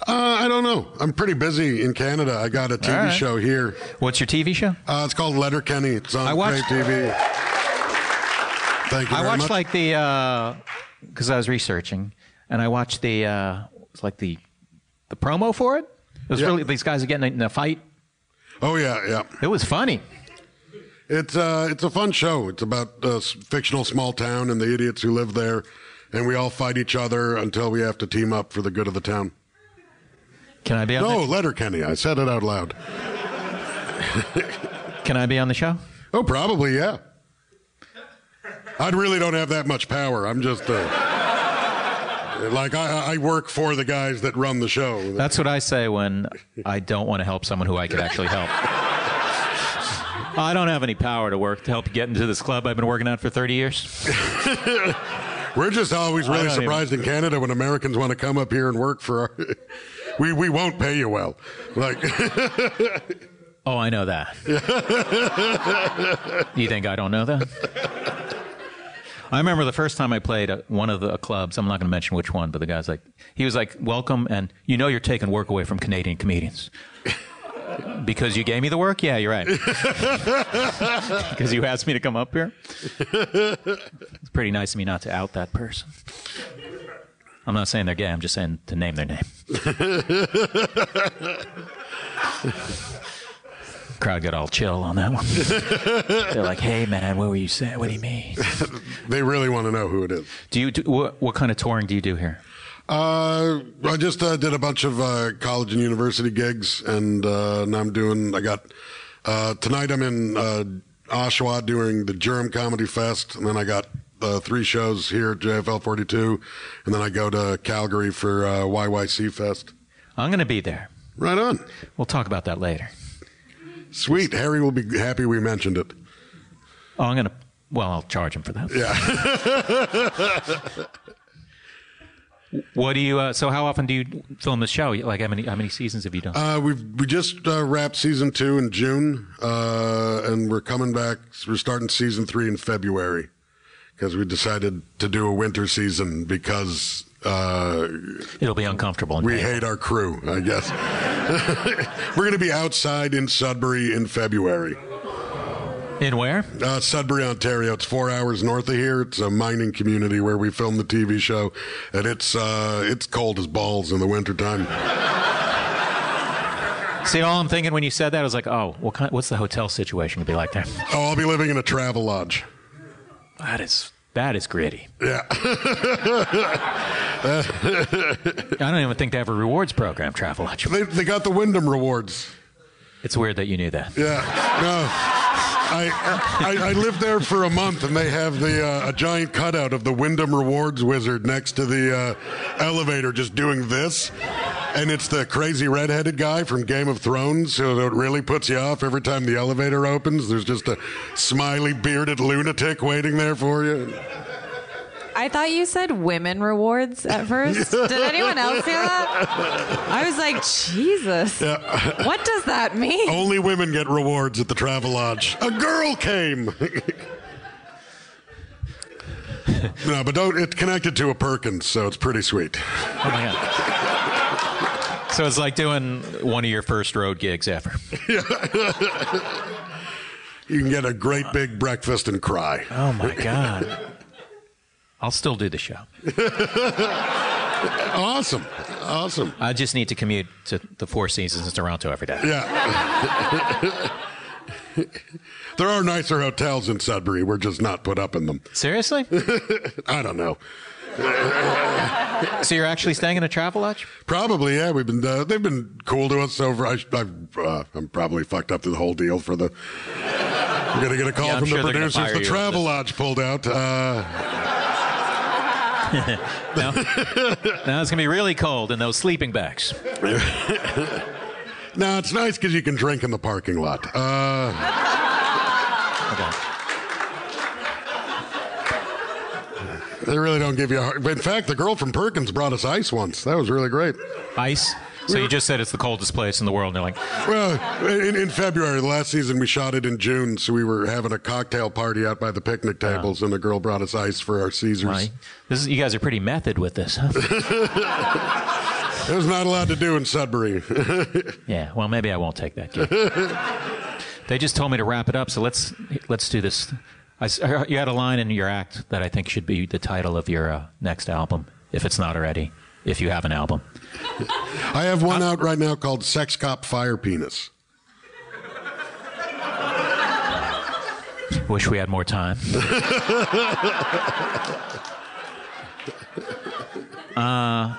Uh, I don't know. I'm pretty busy in Canada. I got a TV All right. show here. What's your TV show? Uh, it's called Letter Kenny. It's on I watched- Crave TV. Thank you. I very watched much. like the because I was researching, and I watched the uh, it's like the the promo for it. It was Yeah. really these guys are getting in a fight. Oh yeah, yeah. It was funny. It's uh, it's a fun show. It's about a s- fictional small town and the idiots who live there, and we all fight each other until we have to team up for the good of the town. Can I be on? No, Letterkenny. I said it out loud. The, can I be on the show? Oh, probably yeah. I really don't have that much power. I'm just uh, like I, I work for the guys that run the show. That's what I say when I don't want to help someone who I could actually help. I don't have any power to work to help you get into this club I've been working out for 30 years. We're just always I really don't even- surprised in Canada when Americans want to come up here and work for. Our, we we won't pay you well. Like Oh, I know that. you think I don't know that? I remember the first time I played at one of the clubs. I'm not going to mention which one, but the guy's like, he was like, "Welcome," and you know you're taking work away from Canadian comedians because you gave me the work. Yeah, you're right. Because you asked me to come up here. It's pretty nice of me not to out that person. I'm not saying they're gay. I'm just saying to name their name. Crowd got all chill on that one. They're like, "Hey, man, what were you saying? What do you mean?" they really want to know who it is. Do you do what, what kind of touring do you do here? Uh, I just uh, did a bunch of uh, college and university gigs, and uh, now I'm doing. I got uh, tonight. I'm in uh, Oshawa doing the Germ Comedy Fest, and then I got uh, three shows here at JFL 42, and then I go to Calgary for uh, YYC Fest. I'm going to be there. Right on. We'll talk about that later. Sweet. Harry will be happy we mentioned it. Oh, I'm going to. Well, I'll charge him for that. Yeah. What do you? Uh, so, how often do you film the show? Like, how many how many seasons have you done? Uh, we've we just uh, wrapped season two in June, uh, and we're coming back. We're starting season three in February because we decided to do a winter season because uh, It'll be uncomfortable. and we painful. hate our crew, I guess. We're going to be outside in Sudbury in February. In where? Uh, Sudbury, Ontario. It's four hours north of here. It's a mining community where we film the TV show, and it's uh, it's cold as balls in the wintertime. See, all I'm thinking when you said that, I was like, oh, what kind, what's the hotel situation gonna be like there? Oh, I'll be living in a travel lodge. That is that is gritty. Yeah. I don't even think they have a rewards program, Travelodge. they, they got the Wyndham rewards. It's weird that you knew that. Yeah. No. I, I I lived there for a month, and they have the uh, a giant cutout of the Wyndham Rewards Wizard next to the uh, elevator, just doing this, and it's the crazy redheaded guy from Game of Thrones. So it really puts you off every time the elevator opens. There's just a smiley bearded lunatic waiting there for you. I thought you said women rewards at first. Did anyone else hear that? I was like, Jesus. What does that mean? Only women get rewards at the Travelodge. A girl came. no, but don't. It's connected to a Perkins, so it's pretty sweet. Oh my god. So it's like doing one of your first road gigs ever. You can get a great big breakfast and cry. Oh my god. I'll still do the show. Awesome. Awesome. I just need to commute to the Four Seasons in Toronto every day. Yeah. there are nicer hotels in Sudbury. We're just not put up in them. Seriously? I don't know. so you're actually staying in a travel lodge? Probably, yeah. We've been uh, they've been cool to us over. I, I've, uh, I'm probably fucked up through the whole deal for the. We're gonna get a call Yeah, I'm from sure the they're gonna producers. fire The you. travel lodge pulled out. Uh, Now it's gonna be really cold in those sleeping bags. no, it's nice because you can drink in the parking lot. Uh, Okay. they really don't give you. a hard... In fact, the girl from Perkins brought us ice once. That was really great. Ice. So you just said it's the coldest place in the world, and they're like, Well, in, in February, the last season, we shot it in June, so we were having a cocktail party out by the picnic tables, and a girl brought us ice for our Caesars. "Why? this is, you guys are pretty method with this, huh? It was not allowed to do in Sudbury. yeah. Well, maybe I won't take that. Gig. they just told me to wrap it up, so let's let's do this. I s you had a line in your act that I think should be the title of your uh, next album, if it's not already. If you have an album, I have one out right now called Sex Cop Fire Penis. wish we had more time. uh, Uh,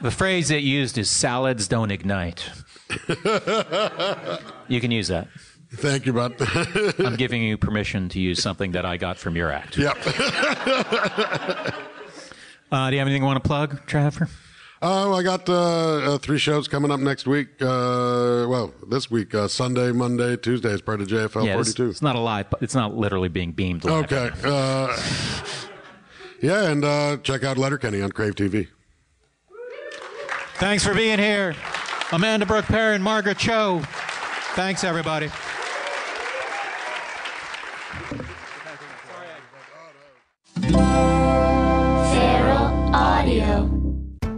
the phrase it used is "salads don't ignite." you can use that. Thank you, bud. I'm giving you permission to use something that I got from your act. yep. Uh, do you have anything you want to plug, Trevor? Oh, I got uh, uh, three shows coming up next week. Uh, well, this week, uh, Sunday, Monday, Tuesday is part of JFL Yeah, it's, 42. it's not a live, but it's not literally being beamed live. Oh, okay. Uh, yeah, and uh, check out Letterkenny on Crave TV. Thanks for being here, Amanda Brooke Perrin, Margaret Cho. Thanks, everybody. Feral Audio.